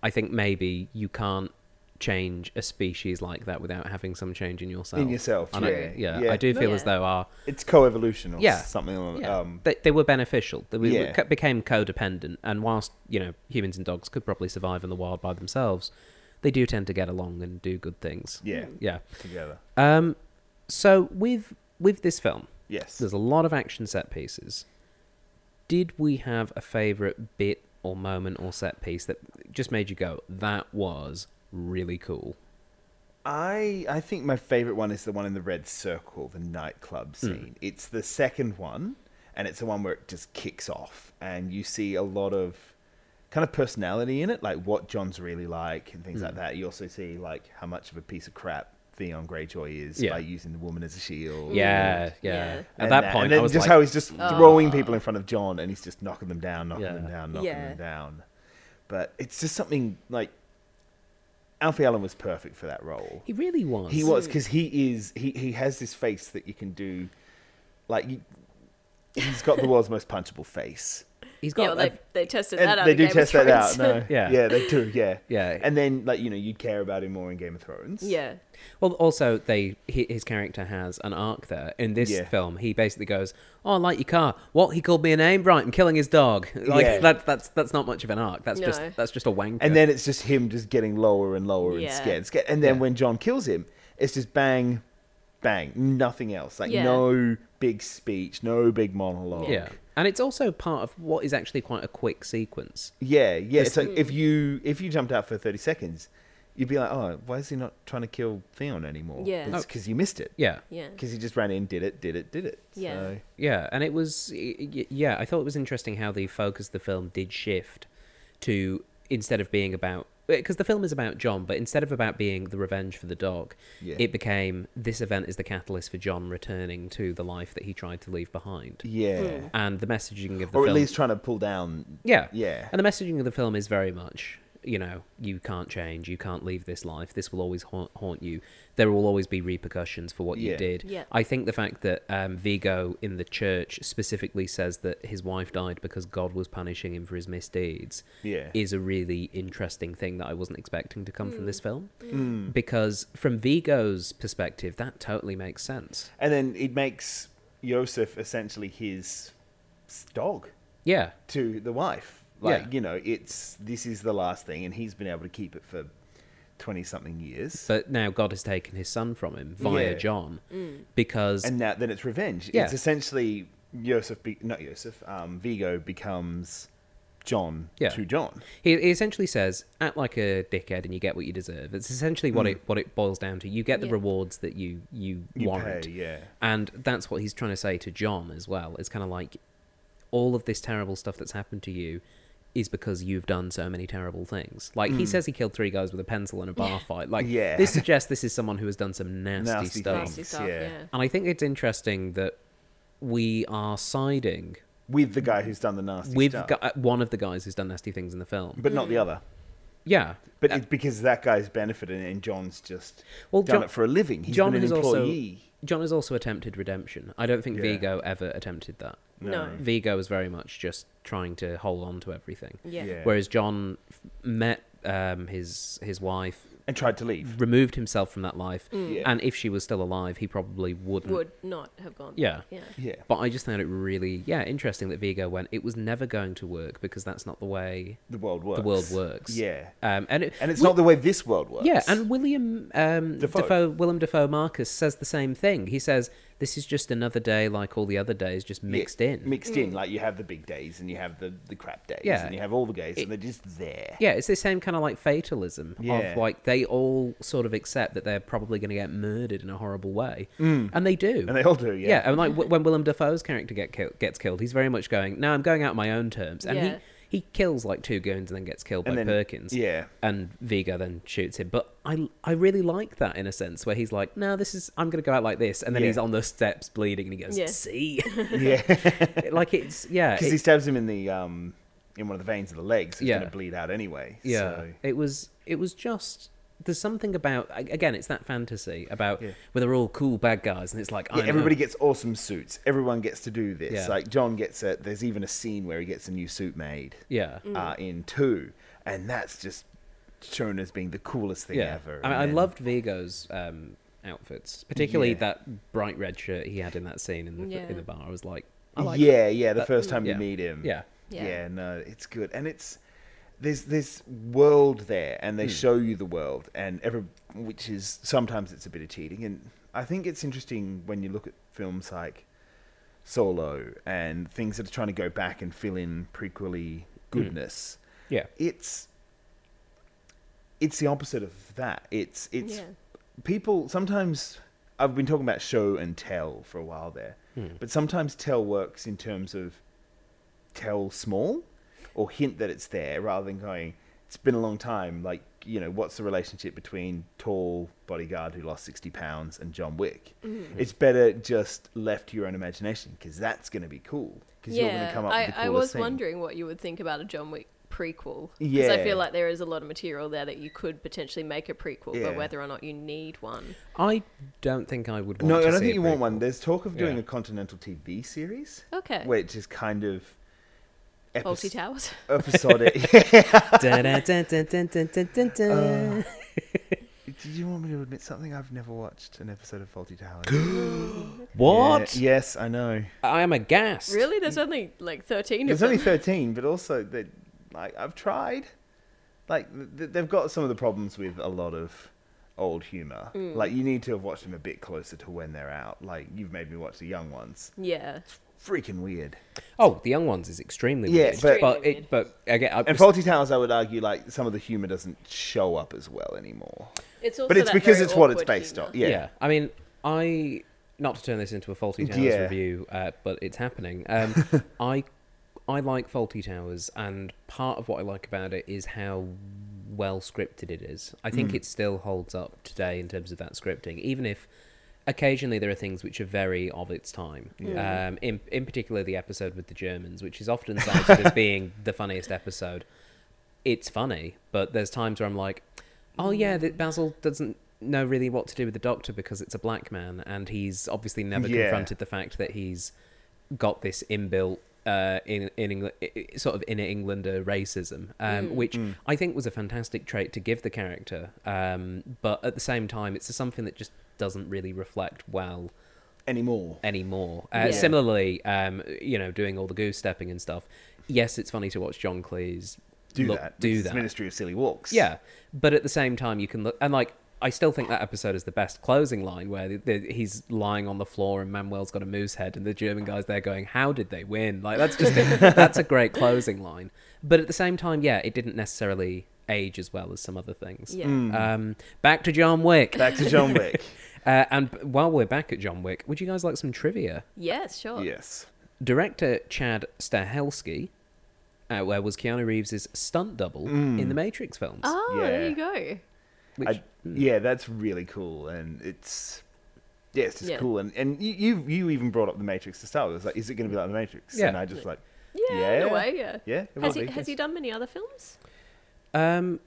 [SPEAKER 1] I think maybe you can't change a species like that without having some change in yourself.
[SPEAKER 3] In yourself,
[SPEAKER 1] And I,
[SPEAKER 3] yeah,
[SPEAKER 1] yeah,
[SPEAKER 3] yeah.
[SPEAKER 1] I do
[SPEAKER 2] No,
[SPEAKER 1] feel as
[SPEAKER 2] yeah.
[SPEAKER 1] though our
[SPEAKER 3] It's co-evolution or
[SPEAKER 1] Yeah.
[SPEAKER 3] something. along-
[SPEAKER 1] Yeah.
[SPEAKER 3] Um,
[SPEAKER 1] they, they were beneficial. They we- we
[SPEAKER 3] Yeah.
[SPEAKER 1] co- became codependent, and whilst you know humans and dogs could probably survive in the wild by themselves, they do tend to get along and do good things.
[SPEAKER 3] yeah,
[SPEAKER 1] Yeah.
[SPEAKER 3] together.
[SPEAKER 1] Um, so with with this film,
[SPEAKER 3] Yes.
[SPEAKER 1] there's a lot of action set pieces. Did we have a favorite bit or moment or set piece that just made you go, "That was really cool"?
[SPEAKER 3] I I think my favorite one is the one in the red circle, the nightclub
[SPEAKER 1] Hmm.
[SPEAKER 3] scene. It's the second one, and it's the one where it just kicks off, and you see a lot of kind of personality in it, like what John's really like and things
[SPEAKER 1] Hmm.
[SPEAKER 3] like that. You also see like how much of a piece of crap Theon Greyjoy is
[SPEAKER 1] Yeah.
[SPEAKER 3] by using the woman as a shield.
[SPEAKER 1] Yeah, yeah.
[SPEAKER 2] Mm. Yeah.
[SPEAKER 1] At
[SPEAKER 3] And uh,
[SPEAKER 1] that point,
[SPEAKER 3] and then
[SPEAKER 1] I was
[SPEAKER 3] just
[SPEAKER 1] like,
[SPEAKER 3] how he's just throwing people in front of John, and he's just knocking them down, knocking
[SPEAKER 1] Yeah.
[SPEAKER 3] them down, knocking
[SPEAKER 2] Yeah.
[SPEAKER 3] them down. But it's just something like Alfie Allen was perfect for that role.
[SPEAKER 1] "He really was."
[SPEAKER 3] He was because he is he he has this face that you can do, like you, he's got the world's most punchable face.
[SPEAKER 1] He's got
[SPEAKER 2] Yeah, well, they,
[SPEAKER 1] a-
[SPEAKER 2] they tested *laughs*
[SPEAKER 3] And
[SPEAKER 2] that out.
[SPEAKER 3] they
[SPEAKER 2] in
[SPEAKER 3] do
[SPEAKER 2] Game
[SPEAKER 3] test
[SPEAKER 2] of
[SPEAKER 3] that out.
[SPEAKER 2] Thrones. *laughs*
[SPEAKER 3] No,
[SPEAKER 1] Yeah.
[SPEAKER 3] yeah, they do. Yeah,
[SPEAKER 1] Yeah.
[SPEAKER 3] And then like you know you'd care about him more in Game of Thrones.
[SPEAKER 2] *laughs* yeah,
[SPEAKER 1] Well, also they hi- his character has an arc there. In this
[SPEAKER 3] Yeah.
[SPEAKER 1] film, he basically goes, "Oh, I like your car. What he called me a name, right? I'm killing his dog. *laughs* Like
[SPEAKER 3] Yeah.
[SPEAKER 1] that, that's that's not much of an arc. That's
[SPEAKER 2] No.
[SPEAKER 1] just that's just a wanker.
[SPEAKER 3] And then it's just him just getting lower and lower and
[SPEAKER 2] Yeah.
[SPEAKER 3] scared, scared. And then
[SPEAKER 1] Yeah.
[SPEAKER 3] when John kills him, it's just bang, bang, nothing else. Like
[SPEAKER 2] Yeah.
[SPEAKER 3] no big speech, no big monologue.
[SPEAKER 1] yeah, and it's also part of what is actually quite a quick sequence.
[SPEAKER 3] Yeah, yeah. So if you if you jumped out for thirty seconds, you'd be like, oh, why is he not trying to kill Theon anymore?
[SPEAKER 2] Yeah.
[SPEAKER 3] it's
[SPEAKER 2] Oh.
[SPEAKER 3] because you missed it.
[SPEAKER 1] Yeah,
[SPEAKER 2] yeah,
[SPEAKER 3] because he just ran in, did it, did it, did it.
[SPEAKER 2] Yeah.
[SPEAKER 3] So,
[SPEAKER 1] Yeah, and it was y- y- yeah. I thought it was interesting how the focus of the film did shift to instead of being about because the film is about John, but instead of about being the revenge for the dog,
[SPEAKER 3] Yeah.
[SPEAKER 1] it became this event is the catalyst for John returning to the life that he tried to leave behind.
[SPEAKER 3] Yeah.
[SPEAKER 1] And the messaging of the
[SPEAKER 3] Or at
[SPEAKER 1] film,
[SPEAKER 3] least trying to pull down.
[SPEAKER 1] Hmm. yeah,
[SPEAKER 3] Yeah.
[SPEAKER 1] and the messaging of the film is very much, you know, you can't change, you can't leave this life. This will always haunt, haunt you. There will always be repercussions for what you
[SPEAKER 3] Yeah.
[SPEAKER 1] did.
[SPEAKER 2] Yeah.
[SPEAKER 1] I think the fact that um, Vigo in the church specifically says that his wife died because God was punishing him for his misdeeds
[SPEAKER 3] Yeah.
[SPEAKER 1] is a really interesting thing that I wasn't expecting to come from this film.
[SPEAKER 3] Mm.
[SPEAKER 1] Because from Vigo's perspective, that totally makes sense.
[SPEAKER 3] and then it makes Yosef essentially his s- dog
[SPEAKER 1] Yeah.
[SPEAKER 3] to the wife. Like,
[SPEAKER 1] Yeah.
[SPEAKER 3] you know, it's this is the last thing, and he's been able to keep it for 20 something years.
[SPEAKER 1] But now God has taken his son from him via
[SPEAKER 3] Yeah.
[SPEAKER 1] John because
[SPEAKER 3] and now then it's revenge.
[SPEAKER 1] Yeah.
[SPEAKER 3] It's essentially Yosef, be- not Yosef, um, Vigo becomes John
[SPEAKER 1] Yeah.
[SPEAKER 3] to John.
[SPEAKER 1] He, he essentially says, "Act like a dickhead, and you get what you deserve." It's essentially what it what it boils down to. You get the
[SPEAKER 2] Yeah.
[SPEAKER 1] rewards that you you,
[SPEAKER 3] Hmm. You
[SPEAKER 1] warrant,
[SPEAKER 3] pay, yeah.
[SPEAKER 1] and that's what he's trying to say to John as well. It's kind of like all of this terrible stuff that's happened to you is because you've done so many terrible things. Like he says, he killed three guys with a pencil in a bar fight. Like
[SPEAKER 3] Hmm. Yeah.
[SPEAKER 1] this suggests this is someone who has done some nasty,
[SPEAKER 3] Nasty
[SPEAKER 1] stuff.
[SPEAKER 2] Nasty
[SPEAKER 3] Dogs,
[SPEAKER 2] stuff,
[SPEAKER 3] yeah.
[SPEAKER 2] yeah.
[SPEAKER 1] And I think it's interesting that we are siding
[SPEAKER 3] With the guy who's done the nasty
[SPEAKER 1] with
[SPEAKER 3] stuff.
[SPEAKER 1] gu- uh, one of the guys who's done nasty things in the film.
[SPEAKER 3] but not the other.
[SPEAKER 1] yeah,
[SPEAKER 3] But it's because that guy's benefited, and, and John's just
[SPEAKER 1] Uh, Well,
[SPEAKER 3] done
[SPEAKER 1] John-
[SPEAKER 3] it for a living. He's
[SPEAKER 1] John
[SPEAKER 3] been an
[SPEAKER 1] has also
[SPEAKER 3] employee.
[SPEAKER 1] John has also attempted redemption. I don't think
[SPEAKER 3] Yeah. Mm.
[SPEAKER 1] Vigo ever attempted that.
[SPEAKER 2] No.
[SPEAKER 1] Vigo was very much just trying to hold on to everything,
[SPEAKER 2] Yeah.
[SPEAKER 3] Yeah.
[SPEAKER 1] whereas John f- met um, his his wife,
[SPEAKER 3] and tried to leave.
[SPEAKER 1] removed himself from that life,
[SPEAKER 3] Mm. Yeah.
[SPEAKER 1] Mm. and if she was still alive, he probably wouldn't.
[SPEAKER 2] Would not have gone.
[SPEAKER 1] Yeah.
[SPEAKER 2] Yeah.
[SPEAKER 3] Yeah.
[SPEAKER 1] But I just found it really, yeah, interesting that Vigo went. It was never going to work because that's not the way
[SPEAKER 3] The world works.
[SPEAKER 1] the world works.
[SPEAKER 3] Yeah.
[SPEAKER 1] um, and it,
[SPEAKER 3] And it's
[SPEAKER 1] Wi-
[SPEAKER 3] not the way this world works.
[SPEAKER 1] Yeah, and William um,
[SPEAKER 3] Defoe.
[SPEAKER 1] Defoe. Willem Defoe Marcus says the same thing. He says this is just another day like all the other days, just
[SPEAKER 3] Yeah,
[SPEAKER 1] mixed in.
[SPEAKER 3] Mixed in. Like you have the big days and you have the, the crap days
[SPEAKER 1] Yeah.
[SPEAKER 3] and you have all the days
[SPEAKER 1] It-
[SPEAKER 3] and they're just there.
[SPEAKER 1] yeah, it's the same kind of like fatalism
[SPEAKER 3] Yeah.
[SPEAKER 1] of like they all sort of accept that they're probably going to get murdered in a horrible way, and they do.
[SPEAKER 3] Mm. And they all do,
[SPEAKER 1] yeah. and like w- when Willem Dafoe's character get kill- gets killed, he's very much going, "No, I'm going out on my own terms," and
[SPEAKER 2] Yeah.
[SPEAKER 1] he he kills like two goons and then gets killed
[SPEAKER 3] And
[SPEAKER 1] by
[SPEAKER 3] then-
[SPEAKER 1] Perkins.
[SPEAKER 3] *laughs* yeah.
[SPEAKER 1] and Vigo then shoots him. But I I really like that in a sense where he's like, no, this is I'm gonna go out like this, and then
[SPEAKER 3] Yeah.
[SPEAKER 1] he's on the steps bleeding, and he goes,
[SPEAKER 2] Yeah.
[SPEAKER 1] see,
[SPEAKER 2] *laughs*
[SPEAKER 3] *laughs* Yeah.
[SPEAKER 1] like it's yeah,
[SPEAKER 3] Because
[SPEAKER 1] it-
[SPEAKER 3] he stabs him in the um in one of the veins of the legs. It's
[SPEAKER 1] Yeah.
[SPEAKER 3] going to bleed out anyway.
[SPEAKER 1] yeah.
[SPEAKER 3] So.
[SPEAKER 1] It was it was just. There's something about a- again, it's that fantasy about
[SPEAKER 3] Yeah.
[SPEAKER 1] where they're all cool bad guys, and it's like I
[SPEAKER 3] Yeah,
[SPEAKER 1] know.
[SPEAKER 3] everybody gets awesome suits. Everyone gets to do this.
[SPEAKER 1] Yeah.
[SPEAKER 3] Like John gets a. There's even a scene where he gets a new suit made.
[SPEAKER 2] Mm.
[SPEAKER 1] yeah,
[SPEAKER 3] Uh, in two, and that's just shown as being the coolest thing
[SPEAKER 1] yeah. I,
[SPEAKER 3] ever.
[SPEAKER 1] mean,
[SPEAKER 3] And
[SPEAKER 1] I
[SPEAKER 3] then-
[SPEAKER 1] loved Vigo's um, outfits, particularly
[SPEAKER 3] Yeah.
[SPEAKER 1] that bright red shirt he had in that scene in the
[SPEAKER 2] Yeah.
[SPEAKER 1] in the bar. I was like, I like
[SPEAKER 3] yeah, yeah. The
[SPEAKER 1] That-
[SPEAKER 3] first time
[SPEAKER 1] yeah.
[SPEAKER 3] you meet him.
[SPEAKER 1] Yeah.
[SPEAKER 2] Yeah.
[SPEAKER 3] yeah. no, it's good, and it's there's this world there, and they show you the world, and every which is sometimes it's a bit of cheating, and I think it's interesting when you look at films like Solo and things that are trying to go back and fill in prequely goodness.
[SPEAKER 1] yeah,
[SPEAKER 3] It's it's the opposite of that. It's it's
[SPEAKER 2] Yeah.
[SPEAKER 3] people sometimes I've been talking about show and tell for a while there, but sometimes tell works in terms of tell small or hint that it's there rather than going, it's been a long time. Like, you know, what's the relationship between tall bodyguard who lost 60 pounds and John Wick?
[SPEAKER 2] Mm-hmm.
[SPEAKER 3] It's better just left to your own imagination because that's going to be cool because you're going to come up
[SPEAKER 2] I,
[SPEAKER 3] with the
[SPEAKER 2] I
[SPEAKER 3] coolest
[SPEAKER 2] was
[SPEAKER 3] thing.
[SPEAKER 2] wondering what you would think about a John Wick prequel. Because
[SPEAKER 3] Yeah.
[SPEAKER 2] I feel like there is a lot of material there that you could potentially make a prequel,
[SPEAKER 3] Yeah.
[SPEAKER 2] but whether or not you need one.
[SPEAKER 1] I don't think I would. Want
[SPEAKER 3] No,
[SPEAKER 1] to
[SPEAKER 3] I don't
[SPEAKER 1] see
[SPEAKER 3] think
[SPEAKER 1] a
[SPEAKER 3] you want
[SPEAKER 1] prequel.
[SPEAKER 3] one. There's talk of doing
[SPEAKER 1] Yeah.
[SPEAKER 3] a continental TV series,
[SPEAKER 2] Okay.
[SPEAKER 3] which is kind of epis-
[SPEAKER 2] Faulty Towers. *laughs*
[SPEAKER 3] episodic. *laughs*
[SPEAKER 1] Da-da-da-da-da-da-da-da.
[SPEAKER 3] Did you want me to admit something? I've never watched an episode of
[SPEAKER 1] *gasps*
[SPEAKER 3] Faulty *laughs* Towers.
[SPEAKER 1] What?
[SPEAKER 3] Yeah, yes, I know.
[SPEAKER 1] I am aghast.
[SPEAKER 2] Really? There's only like 13 of
[SPEAKER 3] There's
[SPEAKER 2] them.
[SPEAKER 3] only 13, but also that like I've tried. Like th- th- they've got some of the problems with a lot of old humor.
[SPEAKER 2] Mm.
[SPEAKER 3] Like you need to have watched them a bit closer to when they're out. Like you've made me watch the young ones.
[SPEAKER 2] yeah.
[SPEAKER 3] Freaking weird.
[SPEAKER 1] Oh, the young ones is extremely
[SPEAKER 3] Yeah,
[SPEAKER 1] weird.
[SPEAKER 3] but-
[SPEAKER 1] but
[SPEAKER 2] Extremely
[SPEAKER 1] it, but again, I
[SPEAKER 3] And
[SPEAKER 1] was-
[SPEAKER 3] Faulty Towers, I would argue, like some of the humor doesn't show up as well anymore.
[SPEAKER 2] It's also
[SPEAKER 3] But it's
[SPEAKER 2] that
[SPEAKER 3] because
[SPEAKER 2] very
[SPEAKER 3] it's what it's
[SPEAKER 2] awkward
[SPEAKER 3] based
[SPEAKER 2] humour.
[SPEAKER 3] on.
[SPEAKER 1] yeah.
[SPEAKER 3] Yeah.
[SPEAKER 1] I mean, I not to turn this into a faulty towers
[SPEAKER 3] Yeah.
[SPEAKER 1] review, uh, but it's happening. Um, I I like faulty towers, and part of what I like about it is how well scripted it is. I think it still holds up today in terms of that scripting, even if occasionally there are things which are very of its time. Um, in, in particular, the episode with the Germans, which is often cited as being the funniest episode. It's funny, but there's times where I'm like, oh
[SPEAKER 3] Mm.
[SPEAKER 1] yeah, that Basil doesn't know really what to do with the doctor because it's a black man, and he's obviously never
[SPEAKER 3] Yeah.
[SPEAKER 1] confronted the fact that he's got this inbuilt uh, in in England, sort of inner Englander racism,
[SPEAKER 3] Mm,
[SPEAKER 1] um, which I think was a fantastic trait to give the character. Um, but at the same time, it's something that just doesn't really reflect well
[SPEAKER 3] anymore.
[SPEAKER 1] anymore. Uh,
[SPEAKER 2] Yeah.
[SPEAKER 1] Similarly, um, you know, doing all the goose stepping and stuff. Yes, it's funny to watch John Cleese
[SPEAKER 3] Do
[SPEAKER 1] look-
[SPEAKER 3] that.
[SPEAKER 1] Do
[SPEAKER 3] It's
[SPEAKER 1] that.
[SPEAKER 3] Ministry of Silly Walks.
[SPEAKER 1] Yeah, but at the same time, you can look and like I still think that episode is the best closing line where the, the, he's lying on the floor and Manuel's got a moose head and the German guys there going, "How did they win?" Like that's just a, that's a great closing line. But at the same time, yeah, it didn't necessarily age as well as some other things.
[SPEAKER 2] Yeah.
[SPEAKER 3] Mm.
[SPEAKER 1] Um, back to John Wick.
[SPEAKER 3] Back to
[SPEAKER 2] *laughs*
[SPEAKER 3] John Wick.
[SPEAKER 1] Uh, and b- while we're back at John Wick, would you guys like some trivia?
[SPEAKER 2] Yes, sure.
[SPEAKER 3] yes.
[SPEAKER 1] Director Chad Stahelski, uh, where was Keanu Reeves' stunt double in the Matrix films.
[SPEAKER 2] Oh, there
[SPEAKER 3] Yeah.
[SPEAKER 2] you go.
[SPEAKER 1] which-
[SPEAKER 3] I, yeah, that's really cool, and it's yeah, it's just
[SPEAKER 2] Yeah.
[SPEAKER 3] cool. And and you, you you even brought up the Matrix to start with. It's like, is it going to be like the Matrix?
[SPEAKER 1] Yeah.
[SPEAKER 3] And I just like,
[SPEAKER 2] Yeah, in
[SPEAKER 3] Yeah.
[SPEAKER 2] a way, yeah.
[SPEAKER 3] yeah, it
[SPEAKER 2] Has
[SPEAKER 3] will
[SPEAKER 2] he,
[SPEAKER 3] be,
[SPEAKER 2] has he
[SPEAKER 3] yes.
[SPEAKER 2] done many other films?
[SPEAKER 1] Um,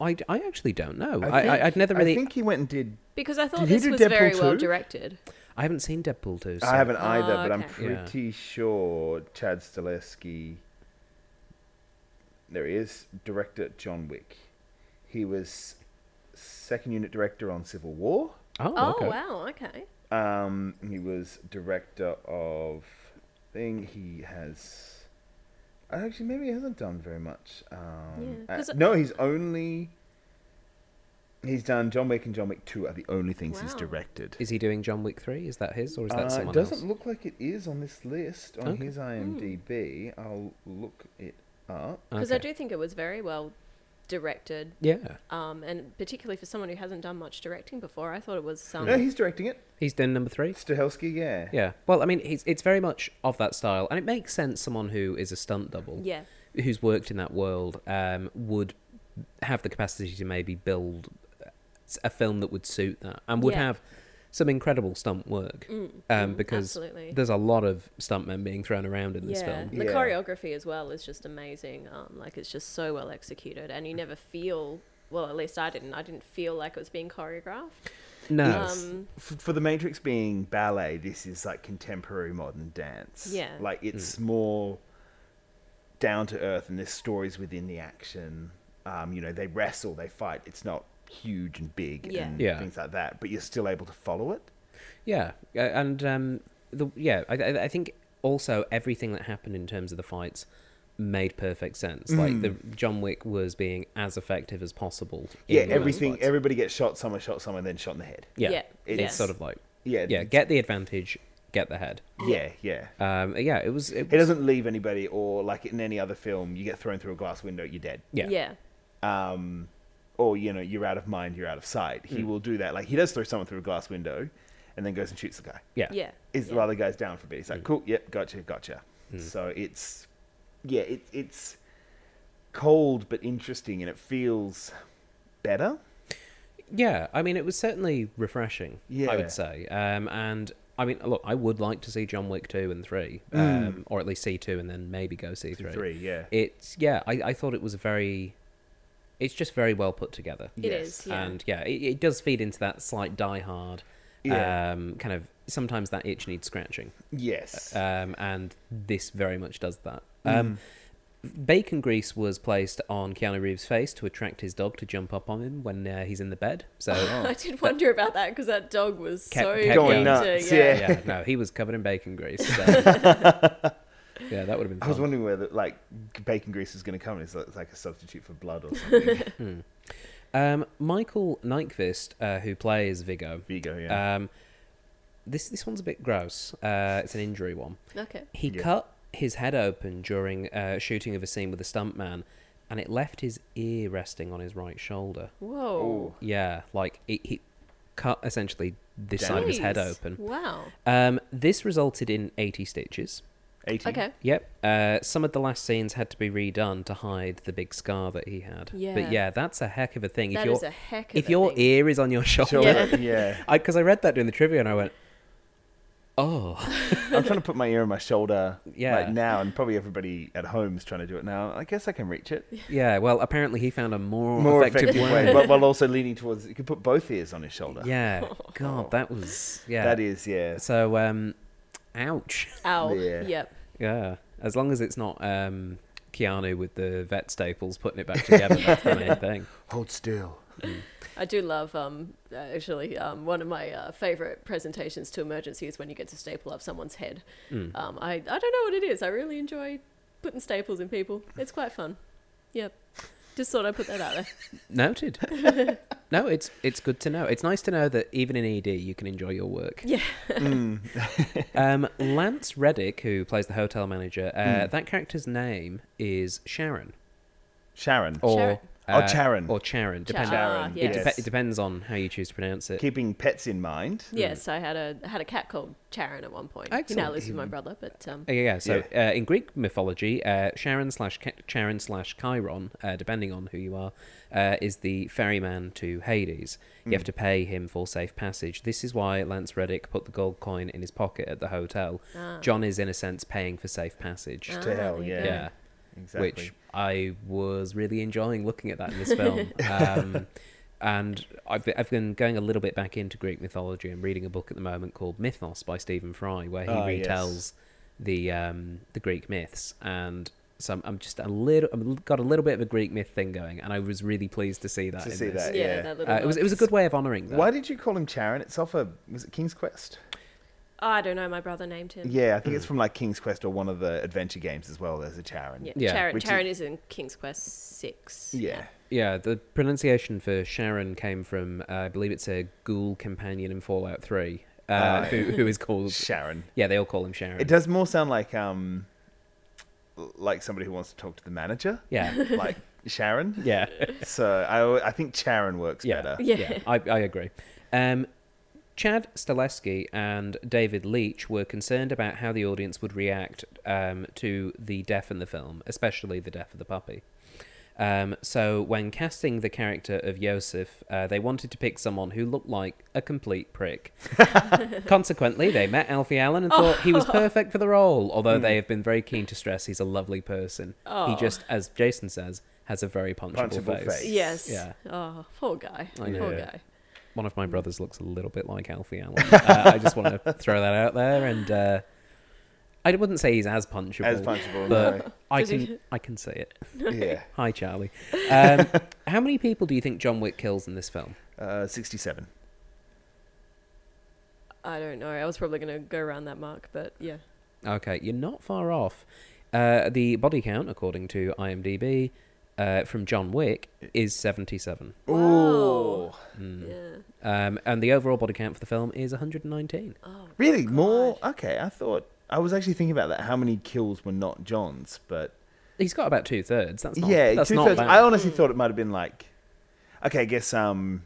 [SPEAKER 1] I, I actually don't know. I,
[SPEAKER 3] I think-
[SPEAKER 1] I, I'd never really.
[SPEAKER 3] I think he went and did.
[SPEAKER 2] Because I thought
[SPEAKER 3] Did he
[SPEAKER 2] this
[SPEAKER 3] do
[SPEAKER 2] was
[SPEAKER 3] Deadpool
[SPEAKER 2] very well
[SPEAKER 3] 2?
[SPEAKER 2] directed.
[SPEAKER 1] I haven't seen Deadpool 2. So.
[SPEAKER 3] I haven't either,
[SPEAKER 2] Ah,
[SPEAKER 3] but I'm
[SPEAKER 2] okay.
[SPEAKER 1] Yeah.
[SPEAKER 3] pretty sure Chad Stileski. There he is, director John Wick. He was second unit director on Civil War.
[SPEAKER 1] Oh,
[SPEAKER 2] Oh,
[SPEAKER 1] okay.
[SPEAKER 2] wow, okay.
[SPEAKER 3] Um, he was director of thing. He has uh, actually maybe he hasn't done very much. Um,
[SPEAKER 2] Yeah, 'cause
[SPEAKER 3] uh,
[SPEAKER 2] it-
[SPEAKER 3] no, he's only he's done John Wick and John Wick Two are the only things he's
[SPEAKER 2] Wow.
[SPEAKER 3] directed.
[SPEAKER 1] Is he doing John Wick 3? Is that his or is that
[SPEAKER 3] Uh, it
[SPEAKER 1] someone
[SPEAKER 3] doesn't
[SPEAKER 1] else?
[SPEAKER 3] look like it is on this list on
[SPEAKER 1] Okay.
[SPEAKER 3] his IMDb.
[SPEAKER 2] Hmm.
[SPEAKER 3] I'll look it up.
[SPEAKER 2] Because I
[SPEAKER 1] Okay.
[SPEAKER 2] do think it was very well directed.
[SPEAKER 1] Yeah.
[SPEAKER 2] Um, and particularly for someone who hasn't done much directing before, I thought it was some.
[SPEAKER 3] No, he's directing it.
[SPEAKER 1] He's doing number three?
[SPEAKER 3] Stahelski, yeah.
[SPEAKER 1] Yeah. Well, I mean, he's, it's very much of that style. And it makes sense someone who is a stunt double,
[SPEAKER 2] yeah,
[SPEAKER 1] who's worked in that world, um, would have the capacity to maybe build a film that would suit that and would
[SPEAKER 2] Yeah. Mm,
[SPEAKER 1] have some incredible stunt work. um, because
[SPEAKER 2] absolutely.
[SPEAKER 1] there's a lot of stuntmen being thrown around in this
[SPEAKER 2] yeah.
[SPEAKER 1] film.
[SPEAKER 2] The
[SPEAKER 3] Yeah.
[SPEAKER 2] choreography as well is just amazing. Um, like it's just so well executed, and you never feel. Well, at least I didn't. I didn't feel like it was being choreographed.
[SPEAKER 1] No.
[SPEAKER 2] Um,
[SPEAKER 3] F- for the Matrix being ballet, this is like contemporary modern dance.
[SPEAKER 2] Yeah.
[SPEAKER 3] Like
[SPEAKER 1] Hmm.
[SPEAKER 3] it's more down to earth, and there's stories within the action. Um, you know, they wrestle, they fight. It's not huge and big
[SPEAKER 2] Yeah.
[SPEAKER 3] and
[SPEAKER 1] Yeah.
[SPEAKER 3] things like that, but you're still able to follow it.
[SPEAKER 1] Yeah, uh, and um, the yeah, I, I I think also everything that happened in terms of the fights made perfect sense.
[SPEAKER 3] Mm-hmm.
[SPEAKER 1] Like the John Wick was being as effective as possible. in
[SPEAKER 3] Yeah,
[SPEAKER 1] those
[SPEAKER 3] everything.
[SPEAKER 1] fights.
[SPEAKER 3] Everybody gets shot, someone shot someone, then shot in the head.
[SPEAKER 1] yeah,
[SPEAKER 2] Yeah,
[SPEAKER 1] it's
[SPEAKER 2] yes.
[SPEAKER 1] sort of like
[SPEAKER 3] Yeah,
[SPEAKER 1] yeah, get the advantage, get the head.
[SPEAKER 3] yeah, yeah.
[SPEAKER 1] Um, yeah, it was. It,
[SPEAKER 3] It
[SPEAKER 1] was-
[SPEAKER 3] doesn't leave anybody, or like in any other film, you get thrown through a glass window, you're dead.
[SPEAKER 1] Yeah.
[SPEAKER 2] yeah,
[SPEAKER 3] um, or you know you're out of mind, you're out of sight. He will do that. Like he does throw someone through a glass window, and then goes and shoots the guy.
[SPEAKER 1] yeah,
[SPEAKER 2] yeah.
[SPEAKER 3] Is
[SPEAKER 2] yeah.
[SPEAKER 3] the other guy's down for a bit? He's like, cool, yep, gotcha, gotcha. So it's yeah, it, it's cold but interesting, and it feels better.
[SPEAKER 1] Yeah, I mean, it was certainly refreshing. I
[SPEAKER 3] Yeah.
[SPEAKER 1] would say. Um, and I mean, look, I would like to see John Wick two and three,
[SPEAKER 3] Mm.
[SPEAKER 1] um, or at least see two and then maybe go see three.
[SPEAKER 3] Three, yeah,
[SPEAKER 1] It's yeah, I, I thought it was a very. It's just very well put together.
[SPEAKER 2] It
[SPEAKER 3] Yes.
[SPEAKER 2] is, Yeah.
[SPEAKER 1] And yeah, it, it does feed into that slight die hard,
[SPEAKER 3] Yeah.
[SPEAKER 1] um, kind of sometimes that itch needs scratching,
[SPEAKER 3] yes,
[SPEAKER 1] um, and this very much does that. Um, Bacon grease was placed on Keanu Reeves' face to attract his dog to jump up on him when uh, he's in the bed.
[SPEAKER 2] *laughs*
[SPEAKER 1] So
[SPEAKER 2] *laughs* I did wonder about that because that dog was
[SPEAKER 1] oh, Kept-
[SPEAKER 2] so
[SPEAKER 1] kept
[SPEAKER 3] going
[SPEAKER 2] into-
[SPEAKER 3] nuts,
[SPEAKER 2] yeah.
[SPEAKER 3] yeah.
[SPEAKER 1] yeah, no, he was covered in bacon grease. So. yeah, that would have been. Fun.
[SPEAKER 3] I was wondering whether like bacon grease was going to come. in. It's like, it's like a substitute for blood or something.
[SPEAKER 1] Um, Michael Nyquist, uh, who plays Vigo,
[SPEAKER 3] Vigo, yeah.
[SPEAKER 1] um, this this one's a bit gross. Uh, it's an injury one.
[SPEAKER 2] Okay.
[SPEAKER 1] He
[SPEAKER 3] Yeah.
[SPEAKER 1] cut his head open during uh, shooting of a scene with a stuntman, and it left his ear resting on his right shoulder.
[SPEAKER 2] Whoa.
[SPEAKER 3] Ooh.
[SPEAKER 1] Yeah, like it, he cut essentially this side of his head
[SPEAKER 2] Jeez.
[SPEAKER 1] open.
[SPEAKER 2] Wow.
[SPEAKER 1] Um, this resulted in 80 stitches.
[SPEAKER 3] 18.
[SPEAKER 2] Okay.
[SPEAKER 1] Yep. Uh, some of the last scenes had to be redone to hide the big scar that he had.
[SPEAKER 2] Yeah.
[SPEAKER 1] But yeah, that's a heck of a thing.
[SPEAKER 2] That
[SPEAKER 1] if your
[SPEAKER 2] is a heck of
[SPEAKER 1] if
[SPEAKER 2] a
[SPEAKER 1] your
[SPEAKER 2] thing.
[SPEAKER 1] ear is on your
[SPEAKER 3] Sure.
[SPEAKER 1] shoulder,
[SPEAKER 2] Yeah.
[SPEAKER 3] Yeah. yeah.
[SPEAKER 1] because I, read that during the trivia and I went, oh,
[SPEAKER 3] I'm trying to put my ear on my shoulder
[SPEAKER 1] Yeah.
[SPEAKER 3] like now, and probably everybody at home is trying to do it now. I guess I can reach it
[SPEAKER 1] *laughs* yeah. Well, apparently he found a more,
[SPEAKER 3] more
[SPEAKER 1] effective, way.
[SPEAKER 3] but while also leaning towards. You can put both ears on his shoulder.
[SPEAKER 1] Yeah.
[SPEAKER 3] Oh.
[SPEAKER 1] God, that was yeah.
[SPEAKER 3] that is yeah.
[SPEAKER 1] So, um, ouch. *laughs*
[SPEAKER 2] Ow.
[SPEAKER 3] Yeah.
[SPEAKER 2] Yep.
[SPEAKER 1] Yeah. As long as it's not um, Keanu with the vet staples putting it back together, that's the main thing.
[SPEAKER 3] Hold still.
[SPEAKER 2] I do love, um, actually, um, one of my uh, favorite presentations to emergency is when you get to staple up someone's head.
[SPEAKER 1] Hmm.
[SPEAKER 2] Um, I, I don't know what it is. I really enjoy putting staples in people. It's quite fun. Yep. Just thought I'd put that out
[SPEAKER 1] *laughs*
[SPEAKER 2] there.
[SPEAKER 1] Noted. no, it's it's good to know. It's nice to know that even in ED you can enjoy your work.
[SPEAKER 2] Yeah.
[SPEAKER 3] Hmm.
[SPEAKER 1] um, Lance Reddick, who plays the hotel manager, uh,
[SPEAKER 3] Hmm.
[SPEAKER 1] that character's name is Sharon
[SPEAKER 3] Sharon.
[SPEAKER 1] or uh,
[SPEAKER 2] Sharon.
[SPEAKER 3] Oh, Charon.
[SPEAKER 1] or Charon. Depend-
[SPEAKER 2] Charon.
[SPEAKER 3] Sharon.
[SPEAKER 2] yeah.
[SPEAKER 1] It
[SPEAKER 2] Yes.
[SPEAKER 1] depe- it depends on how you choose to pronounce it.
[SPEAKER 3] Keeping pets in mind.
[SPEAKER 2] Yes, I had a had a cat called Charon at one point. He now
[SPEAKER 1] Excellent.
[SPEAKER 2] lives with my brother, but um,
[SPEAKER 1] Uh, yeah, so Uh, in Greek mythology, uh, Sharon slash Ch- Charon slash Chiron, uh, depending on who you are, uh, is the ferryman to Hades. You
[SPEAKER 3] Hmm.
[SPEAKER 1] have to pay him for safe passage. This is why Lance Reddick put the gold coin in his pocket at the hotel.
[SPEAKER 2] Ah.
[SPEAKER 1] John is, in a sense, paying for safe passage.
[SPEAKER 3] To hell,
[SPEAKER 2] there you
[SPEAKER 3] yeah.
[SPEAKER 1] yeah.
[SPEAKER 3] Exactly.
[SPEAKER 1] Which I was really enjoying looking at that in this
[SPEAKER 3] *laughs*
[SPEAKER 1] film. um, and I've been, I've been going a little bit back into Greek mythology. I'm reading a book at the moment called Mythos by Stephen Fry, where he
[SPEAKER 3] Ah, yes.
[SPEAKER 1] retells the um, the Greek myths. And so I'm, I'm just a little, I've got a little bit of a Greek myth thing going, and I was really pleased to see that.
[SPEAKER 3] To
[SPEAKER 1] in
[SPEAKER 3] see
[SPEAKER 1] this.
[SPEAKER 3] that,
[SPEAKER 2] yeah,
[SPEAKER 3] yeah.
[SPEAKER 2] that little.
[SPEAKER 1] Uh, it was it was a
[SPEAKER 2] box.
[SPEAKER 1] good way of honouring that.
[SPEAKER 3] Why did you call him Charon? It's off a was it King's Quest?
[SPEAKER 2] I don't know. My brother named him.
[SPEAKER 3] Yeah, I
[SPEAKER 1] Hmm.
[SPEAKER 3] think it's from like King's Quest or one of the adventure games as well. There's a Charon.
[SPEAKER 2] Yeah.
[SPEAKER 1] Yeah.
[SPEAKER 2] Charon,
[SPEAKER 3] Which is-
[SPEAKER 2] Charon is in King's Quest Six.
[SPEAKER 3] Yeah.
[SPEAKER 1] Yeah, the pronunciation for Sharon came from uh, I believe it's a ghoul companion in Fallout Three, uh,
[SPEAKER 3] Ah.
[SPEAKER 1] who who is called
[SPEAKER 3] Sharon.
[SPEAKER 1] Yeah, they all call him Sharon.
[SPEAKER 3] It does more sound like um like somebody who wants to talk to the manager.
[SPEAKER 2] *laughs*
[SPEAKER 1] Yeah,
[SPEAKER 3] Like Sharon.
[SPEAKER 1] yeah,
[SPEAKER 3] So I al- I think Charon works
[SPEAKER 1] yeah,
[SPEAKER 3] better.
[SPEAKER 1] yeah.
[SPEAKER 2] Yeah.
[SPEAKER 1] I, I agree. Um, Chad Stileski and David Leach were concerned about how the audience would react um, to the death in the film, especially the death of the puppy. Um, so when casting the character of Yosef, uh, they wanted to pick someone who looked like a complete
[SPEAKER 2] *laughs*
[SPEAKER 1] prick. Consequently, they met Alfie Allen and thought he was
[SPEAKER 2] Oh.
[SPEAKER 1] perfect for the role, although they have been very keen to stress he's a lovely person. He
[SPEAKER 2] Hmm. Oh.
[SPEAKER 1] just, as Jason says, has a very punchable,
[SPEAKER 3] Punchable face.
[SPEAKER 2] Yes.
[SPEAKER 1] Yeah.
[SPEAKER 2] Oh, poor guy.
[SPEAKER 1] I know.
[SPEAKER 2] Poor
[SPEAKER 3] Yeah.
[SPEAKER 2] guy.
[SPEAKER 1] One of my brothers looks a little bit like Alfie Allen. uh, I just
[SPEAKER 3] *laughs*
[SPEAKER 1] want to throw that out there, and uh, I wouldn't say he's as punchable,
[SPEAKER 3] As punchable.
[SPEAKER 1] but I
[SPEAKER 2] Does he-
[SPEAKER 1] can I can say it.
[SPEAKER 3] no. Yeah.
[SPEAKER 1] Hi, Charlie.
[SPEAKER 3] *laughs*
[SPEAKER 1] Um, how many people do you think John Wick kills in this film?
[SPEAKER 3] Uh, 67.
[SPEAKER 2] I don't know. I was probably going to go around that mark, but yeah.
[SPEAKER 1] Okay, you're not far off. Uh, the body count, according to IMDb, uh, from John Wick is 77,
[SPEAKER 2] Wow.
[SPEAKER 3] Ooh.
[SPEAKER 2] Yeah.
[SPEAKER 1] um, and the overall body count for the film is 119.
[SPEAKER 2] Oh.
[SPEAKER 3] Really? More?
[SPEAKER 2] God.
[SPEAKER 3] Okay, I thought I was actually thinking about that how many kills were not John's, but
[SPEAKER 1] He's got about two thirds. That's not,
[SPEAKER 3] yeah,
[SPEAKER 1] that's
[SPEAKER 3] two
[SPEAKER 1] not
[SPEAKER 3] thirds.
[SPEAKER 1] bad.
[SPEAKER 3] I honestly thought it might have been like, okay, I guess um,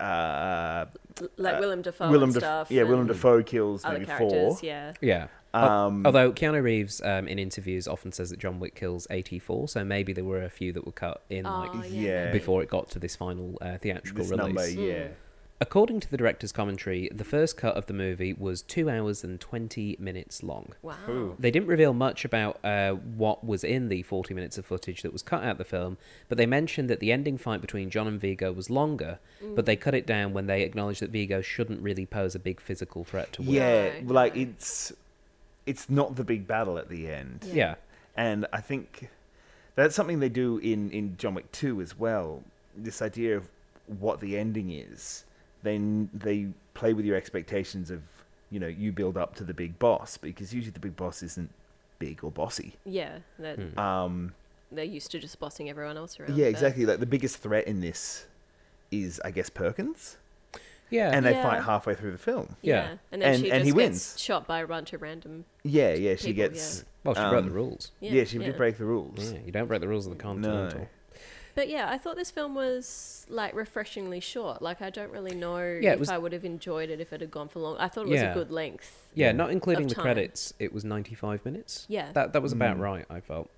[SPEAKER 3] uh,
[SPEAKER 2] L- Like
[SPEAKER 3] Uh,
[SPEAKER 2] Willem Dafoe
[SPEAKER 3] Willem
[SPEAKER 2] and
[SPEAKER 3] Daf-
[SPEAKER 2] stuff.
[SPEAKER 3] yeah, Willem
[SPEAKER 2] and
[SPEAKER 3] Dafoe kills
[SPEAKER 2] Other
[SPEAKER 3] maybe
[SPEAKER 2] characters.
[SPEAKER 3] four.
[SPEAKER 2] Yeah.
[SPEAKER 1] Yeah. Al-
[SPEAKER 3] Um,
[SPEAKER 1] Although Keanu Reeves um, in interviews often says that John Wick kills 84, so maybe there were a few that were cut in like
[SPEAKER 2] Oh,
[SPEAKER 3] yeah.
[SPEAKER 1] before it got to this final uh, theatrical
[SPEAKER 3] this
[SPEAKER 1] release.
[SPEAKER 3] number,
[SPEAKER 2] Mm.
[SPEAKER 3] yeah,
[SPEAKER 1] According to the director's commentary, the first cut of the movie was 2 hours and 20 minutes long.
[SPEAKER 2] Wow.
[SPEAKER 3] Ooh.
[SPEAKER 1] They didn't reveal much about uh, what was in the 40 minutes of footage that was cut out of the film, but they mentioned that the ending fight between John and Vigo was longer,
[SPEAKER 3] Mm.
[SPEAKER 1] but they cut it down when they acknowledged that Vigo shouldn't really pose a big physical threat to Will.
[SPEAKER 3] yeah,
[SPEAKER 2] Right,
[SPEAKER 3] like
[SPEAKER 2] right.
[SPEAKER 3] it's it's not the big battle at the end,
[SPEAKER 2] Yeah.
[SPEAKER 1] yeah.
[SPEAKER 3] and I think that's something they do in in John Wick Two as well. This idea of what the ending is, then they play with your expectations of you know you build up to the big boss because usually the big boss isn't big or bossy.
[SPEAKER 2] Yeah. They're,
[SPEAKER 1] Hmm.
[SPEAKER 3] Um,
[SPEAKER 2] they're used to just bossing everyone else around.
[SPEAKER 3] yeah,
[SPEAKER 2] but-
[SPEAKER 3] exactly. Like the biggest threat in this is, I guess, Perkins,
[SPEAKER 1] Yeah.
[SPEAKER 3] and they
[SPEAKER 2] Yeah.
[SPEAKER 3] fight halfway through the film.
[SPEAKER 1] Yeah.
[SPEAKER 2] And then
[SPEAKER 3] And-
[SPEAKER 2] she
[SPEAKER 3] and
[SPEAKER 2] just
[SPEAKER 3] he
[SPEAKER 2] gets
[SPEAKER 3] wins.
[SPEAKER 2] shot by a bunch of random.
[SPEAKER 3] Yeah, yeah. She
[SPEAKER 2] People,
[SPEAKER 3] gets.
[SPEAKER 1] well, she broke
[SPEAKER 3] um,
[SPEAKER 1] the rules.
[SPEAKER 3] Yeah, she did
[SPEAKER 2] yeah.
[SPEAKER 1] Hmm.
[SPEAKER 3] break the rules.
[SPEAKER 1] Yeah, you don't break the rules of the
[SPEAKER 3] No.
[SPEAKER 1] Continental.
[SPEAKER 2] But yeah, I thought this film was like refreshingly short. Like I don't really know
[SPEAKER 1] it
[SPEAKER 2] if
[SPEAKER 1] was-
[SPEAKER 2] I would have enjoyed it if it had gone for long. I thought it was
[SPEAKER 1] Yeah.
[SPEAKER 2] a good length.
[SPEAKER 3] *laughs*
[SPEAKER 1] Yeah, not including the
[SPEAKER 2] time.
[SPEAKER 1] credits, it was 95 minutes.
[SPEAKER 2] Yeah.
[SPEAKER 1] That, that was
[SPEAKER 3] Hmm.
[SPEAKER 1] about right, I felt.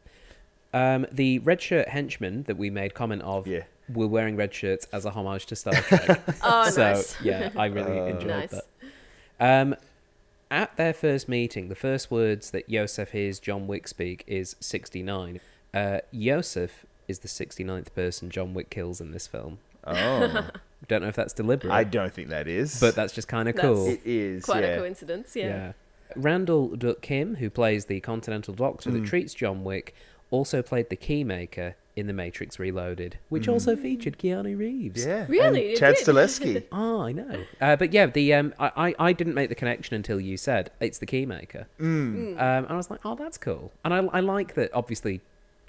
[SPEAKER 1] Um, the red shirt henchmen that we made comment of
[SPEAKER 3] Yeah.
[SPEAKER 1] were wearing red shirts as a homage to Star Trek.
[SPEAKER 2] *laughs* Oh,
[SPEAKER 1] so,
[SPEAKER 3] *laughs*
[SPEAKER 2] nice.
[SPEAKER 1] yeah, I really
[SPEAKER 3] Uh.
[SPEAKER 1] enjoyed
[SPEAKER 2] Nice.
[SPEAKER 1] that. Um, at their first meeting, the first words that Yosef hears John Wick speak is 69. Uh, Yosef is the 69th person John Wick kills in this film.
[SPEAKER 3] Oh,
[SPEAKER 1] Don't know if that's deliberate,
[SPEAKER 3] I don't think that is.
[SPEAKER 1] but that's just kind of
[SPEAKER 2] That's-
[SPEAKER 1] cool.
[SPEAKER 3] it is.
[SPEAKER 2] Quite
[SPEAKER 3] yeah.
[SPEAKER 2] a coincidence, yeah.
[SPEAKER 1] Randall Duck Kim, who plays the Continental Doctor
[SPEAKER 3] Hmm.
[SPEAKER 1] that treats John Wick, also played the Keymaker in The Matrix Reloaded, which also featured Keanu Reeves.
[SPEAKER 3] Hmm. Yeah.
[SPEAKER 2] Really?
[SPEAKER 3] And
[SPEAKER 2] It
[SPEAKER 3] Chad
[SPEAKER 1] *laughs*
[SPEAKER 2] did.
[SPEAKER 3] Stileski.
[SPEAKER 1] Ah, I know. Uh, but yeah, the um, I, I, I didn't make the connection until you said it's the Keymaker.
[SPEAKER 3] Hmm.
[SPEAKER 1] Mm. Um, and I was like, oh, that's cool. And I, I like that, obviously,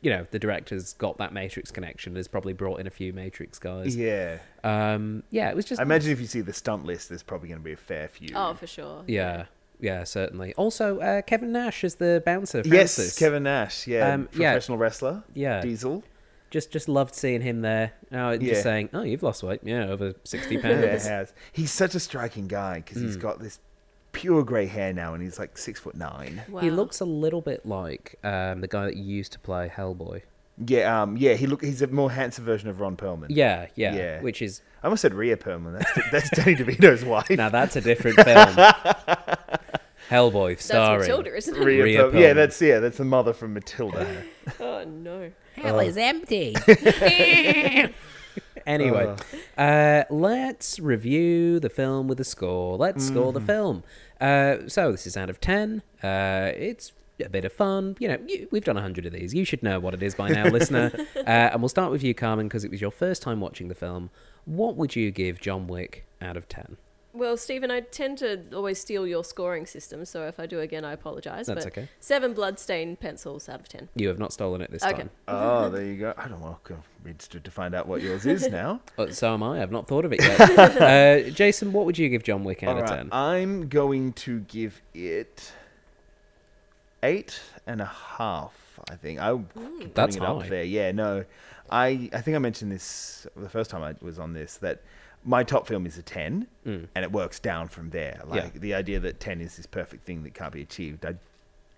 [SPEAKER 1] you know, the director's got that Matrix connection and has probably brought in a few Matrix guys. Yeah,
[SPEAKER 3] yeah.
[SPEAKER 1] um, yeah it was just.
[SPEAKER 3] I imagine if you see the stunt list, there's probably going to be a fair few.
[SPEAKER 2] Oh, for sure.
[SPEAKER 1] Yeah, yeah, certainly. Also, uh, Kevin Nash is the bouncer. Francis.
[SPEAKER 3] yes, Kevin Nash. Yeah,
[SPEAKER 1] Um, yeah.
[SPEAKER 3] professional wrestler.
[SPEAKER 1] Yeah.
[SPEAKER 3] Diesel.
[SPEAKER 1] Just just loved seeing him there. Oh, and
[SPEAKER 3] Yeah.
[SPEAKER 1] Just saying, oh, you've lost weight. Yeah, over
[SPEAKER 3] *laughs*
[SPEAKER 1] 60
[SPEAKER 3] Yeah,
[SPEAKER 1] pounds.
[SPEAKER 3] it has. He's such a striking guy because
[SPEAKER 1] Mm.
[SPEAKER 3] he's got this pure grey hair now, and he's like six foot nine.
[SPEAKER 2] Wow.
[SPEAKER 1] He looks a little bit like um, the guy that you used to play Hellboy.
[SPEAKER 3] Yeah, um, yeah. He look. He's a more handsome version of Ron Perlman.
[SPEAKER 1] Yeah, yeah.
[SPEAKER 3] Yeah.
[SPEAKER 1] Which is,
[SPEAKER 3] I almost said Rhea Perlman. That's that's
[SPEAKER 1] *laughs*
[SPEAKER 3] Danny DeVito's wife.
[SPEAKER 1] now that's a different film. Hellboy
[SPEAKER 2] That's
[SPEAKER 1] starring.
[SPEAKER 2] Matilda, isn't it?
[SPEAKER 3] *laughs* Rhea
[SPEAKER 1] Rhea
[SPEAKER 3] Perl- Yeah,
[SPEAKER 1] Perlman.
[SPEAKER 3] that's yeah, that's the mother
[SPEAKER 1] *laughs*
[SPEAKER 3] from Matilda.
[SPEAKER 2] Oh no.
[SPEAKER 4] Hell is empty.
[SPEAKER 1] Anyway, uh. let's review the film with a score. Let's score
[SPEAKER 3] Mm-hmm.
[SPEAKER 1] the film. Uh, so this is out of ten. Uh, it's a bit of fun. You know, you, we've done a hundred of these. You should know what it is by
[SPEAKER 3] *laughs*
[SPEAKER 1] now, listener. Uh, and we'll start with you, Carmen, because it was your first time watching the film. What would you give John Wick out of ten?
[SPEAKER 2] Well, Stephen, I tend to always steal your scoring system, so if I do again, I apologise.
[SPEAKER 1] That's
[SPEAKER 2] but
[SPEAKER 1] okay.
[SPEAKER 2] Seven bloodstained pencils out of ten.
[SPEAKER 1] You have not stolen it this
[SPEAKER 2] Okay.
[SPEAKER 1] time.
[SPEAKER 3] oh, there you go. I don't want to register to find out what yours
[SPEAKER 1] *laughs*
[SPEAKER 3] is now.
[SPEAKER 1] Uh, so am I. I've not thought of it yet. uh, Jason, what would you give John Wick out of
[SPEAKER 3] All right,
[SPEAKER 1] ten?
[SPEAKER 3] I'm going to give it eight and a half. I think I keep
[SPEAKER 1] That's
[SPEAKER 3] putting it up
[SPEAKER 1] high.
[SPEAKER 3] there. Yeah, no, I I think I mentioned this the first time I was on this that my top film is a ten,
[SPEAKER 1] Mm.
[SPEAKER 3] and it works down from there. Like the idea that ten is this perfect thing that can't be achieved, I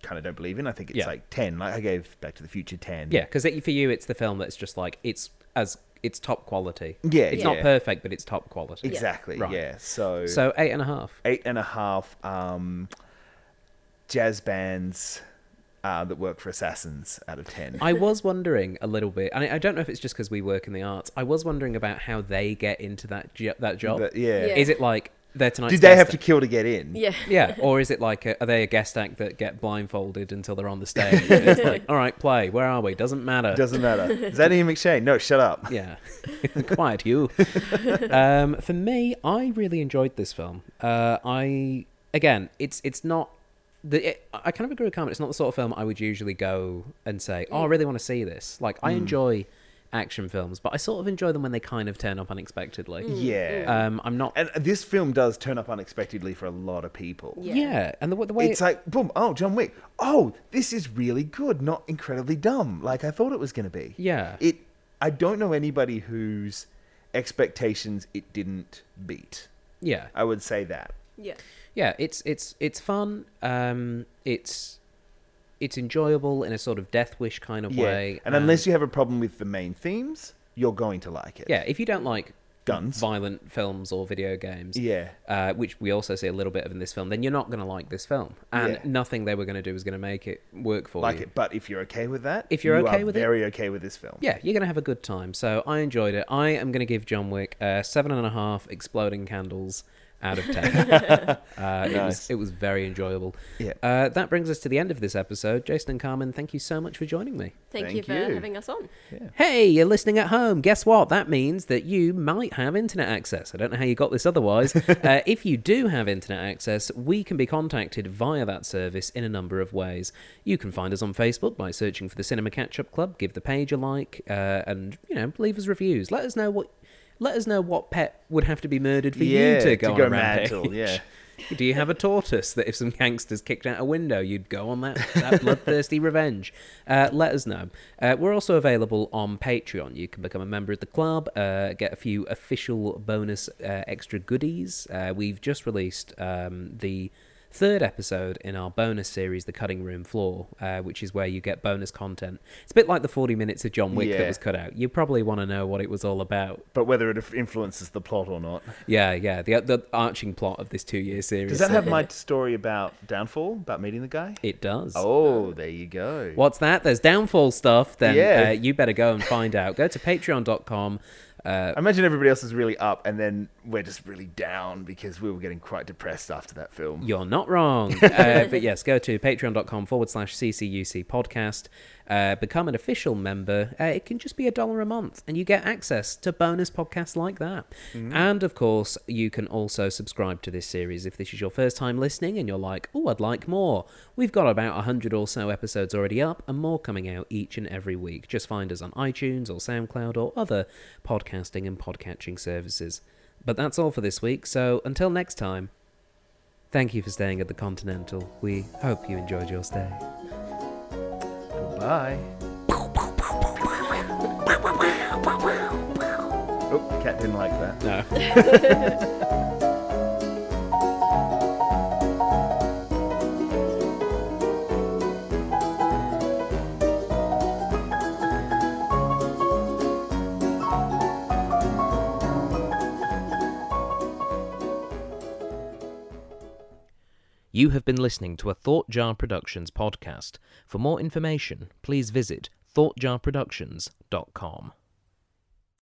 [SPEAKER 3] kind of don't believe in. I think it's
[SPEAKER 1] Yeah.
[SPEAKER 3] like ten. Like I gave Back to the Future ten.
[SPEAKER 1] Yeah, because for you, it's the film that's just like it's as it's top quality.
[SPEAKER 3] Yeah,
[SPEAKER 1] it's not
[SPEAKER 3] yeah.
[SPEAKER 1] perfect, but it's top quality.
[SPEAKER 3] exactly. Yeah,
[SPEAKER 1] Right.
[SPEAKER 3] so
[SPEAKER 1] So eight and a half.
[SPEAKER 3] eight and a half um, jazz bands uh, that work for assassins out of ten.
[SPEAKER 1] I was wondering a little bit, and I, I don't know if it's just because we work in the arts. I was wondering about how they get into that jo- that job.
[SPEAKER 3] But, yeah.
[SPEAKER 2] Yeah.
[SPEAKER 1] Is it like they're tonight?
[SPEAKER 3] Did they have to kill to get in?
[SPEAKER 2] Yeah. *laughs*
[SPEAKER 1] Yeah, or is it like a, are they a guest act that get blindfolded until they're on the *laughs* stage? And it's like, all right, play. Where are we? Doesn't matter.
[SPEAKER 3] Doesn't matter. Is that Ian McShane? No, shut up.
[SPEAKER 1] Yeah, *laughs* quiet you. um, for me, I really enjoyed this film. Uh, I again, it's it's not the. It, I kind of agree with Carmen. It's not the sort of film I would usually go and say,
[SPEAKER 3] Mm.
[SPEAKER 1] "Oh, I really want to see this." Like, I enjoy action films, but I sort of enjoy them when they kind of turn up unexpectedly.
[SPEAKER 3] Mm. Yeah.
[SPEAKER 1] Um, I'm not.
[SPEAKER 3] and this film does turn up unexpectedly for a lot of people.
[SPEAKER 2] Yeah.
[SPEAKER 1] yeah. and the, the way
[SPEAKER 3] It's like, boom, oh, John Wick. Oh, this is really good, not incredibly dumb, like I thought it was going to be.
[SPEAKER 1] Yeah.
[SPEAKER 3] It. I don't know anybody whose expectations it didn't beat.
[SPEAKER 1] yeah,
[SPEAKER 3] I would say that.
[SPEAKER 2] Yeah.
[SPEAKER 1] yeah it's it's it's fun um it's it's enjoyable in a sort of death wish kind of way
[SPEAKER 3] And unless you have a problem with the main themes, you're going to like
[SPEAKER 1] um,
[SPEAKER 3] it.
[SPEAKER 1] yeah if you don't like
[SPEAKER 3] Guns.
[SPEAKER 1] violent films or video games
[SPEAKER 3] Yeah.
[SPEAKER 1] uh, which we also see a little bit of in this film then you're not going to like this film and
[SPEAKER 3] Yeah.
[SPEAKER 1] nothing they were going to do was going to make it work for
[SPEAKER 3] Like
[SPEAKER 1] you
[SPEAKER 3] it. But if you're okay with that,
[SPEAKER 1] If you're
[SPEAKER 3] you
[SPEAKER 1] okay
[SPEAKER 3] are
[SPEAKER 1] with it-
[SPEAKER 3] very okay with this film.
[SPEAKER 1] yeah you're going to have a good time so i enjoyed it i am going to give john wick uh, seven and a half exploding candles out of ten uh, it, was,
[SPEAKER 3] Nice.
[SPEAKER 1] it was very enjoyable
[SPEAKER 3] Yeah.
[SPEAKER 1] uh, that brings us to the end of this episode jason and carmen thank you so much for joining me
[SPEAKER 2] Thank,
[SPEAKER 3] Thank
[SPEAKER 2] you for
[SPEAKER 3] you.
[SPEAKER 2] having us on.
[SPEAKER 1] Hey, you're listening at home. Guess what? That means that you might have internet access. I don't know how you got this
[SPEAKER 3] *laughs*
[SPEAKER 1] otherwise. uh, if you do have internet access, we can be contacted via that service in a number of ways. You can find us on Facebook by searching for the Cinema Catch Up Club. Give the page a like uh, and, you know, leave us reviews. Let us know what. let us know what pet would have to be murdered for
[SPEAKER 3] Yeah,
[SPEAKER 1] you
[SPEAKER 3] to
[SPEAKER 1] to go on
[SPEAKER 3] go
[SPEAKER 1] a
[SPEAKER 3] mad
[SPEAKER 1] rampage.
[SPEAKER 3] till, yeah.
[SPEAKER 1] Do you have a tortoise that if some gangsters kicked out a window, you'd go on that,
[SPEAKER 3] *laughs*
[SPEAKER 1] that bloodthirsty revenge? Uh, let us know. Uh, we're also available on Patreon. You can become a member of the club, uh, get a few official bonus uh, extra goodies. Uh, we've just released um, the third episode in our bonus series, The Cutting Room Floor, uh, which is where you get bonus content. It's a bit like the 40 minutes of John Wick
[SPEAKER 3] Yeah.
[SPEAKER 1] that was cut out. You probably want to know what it was all about.
[SPEAKER 3] But whether it influences the plot or not.
[SPEAKER 1] Yeah, yeah. The, the arching plot of this two year series.
[SPEAKER 3] Does that have my story about downfall, about meeting the guy?
[SPEAKER 1] It does.
[SPEAKER 3] Oh, there you go.
[SPEAKER 1] What's that? There's downfall stuff. Then
[SPEAKER 3] Yeah.
[SPEAKER 1] uh, you better go and find out. Go to patreon.com. Uh,
[SPEAKER 3] I imagine everybody else is really up, and then we're just really down because we were getting quite depressed after that film.
[SPEAKER 1] you're not wrong. Uh, but yes, go to patreon.com forward slash CCUC podcast. Uh, become an official member. Uh, it can just be a dollar a month, and you get access to bonus podcasts like that. And of course, you can also subscribe to this series if this is your first time listening and you're like, oh, I'd like more. We've got about 100 or so episodes already up and more coming out each and every week. Just find us on iTunes or SoundCloud or other podcasting and podcatching services. But that's all for this week, so until next time. Thank you for staying at the Continental. We hope you enjoyed your stay. *laughs*
[SPEAKER 3] Goodbye. Oh, cat didn't like that.
[SPEAKER 1] No. You have been listening to a Thought Jar Productions podcast. For more information, please visit thoughtjarproductions.com.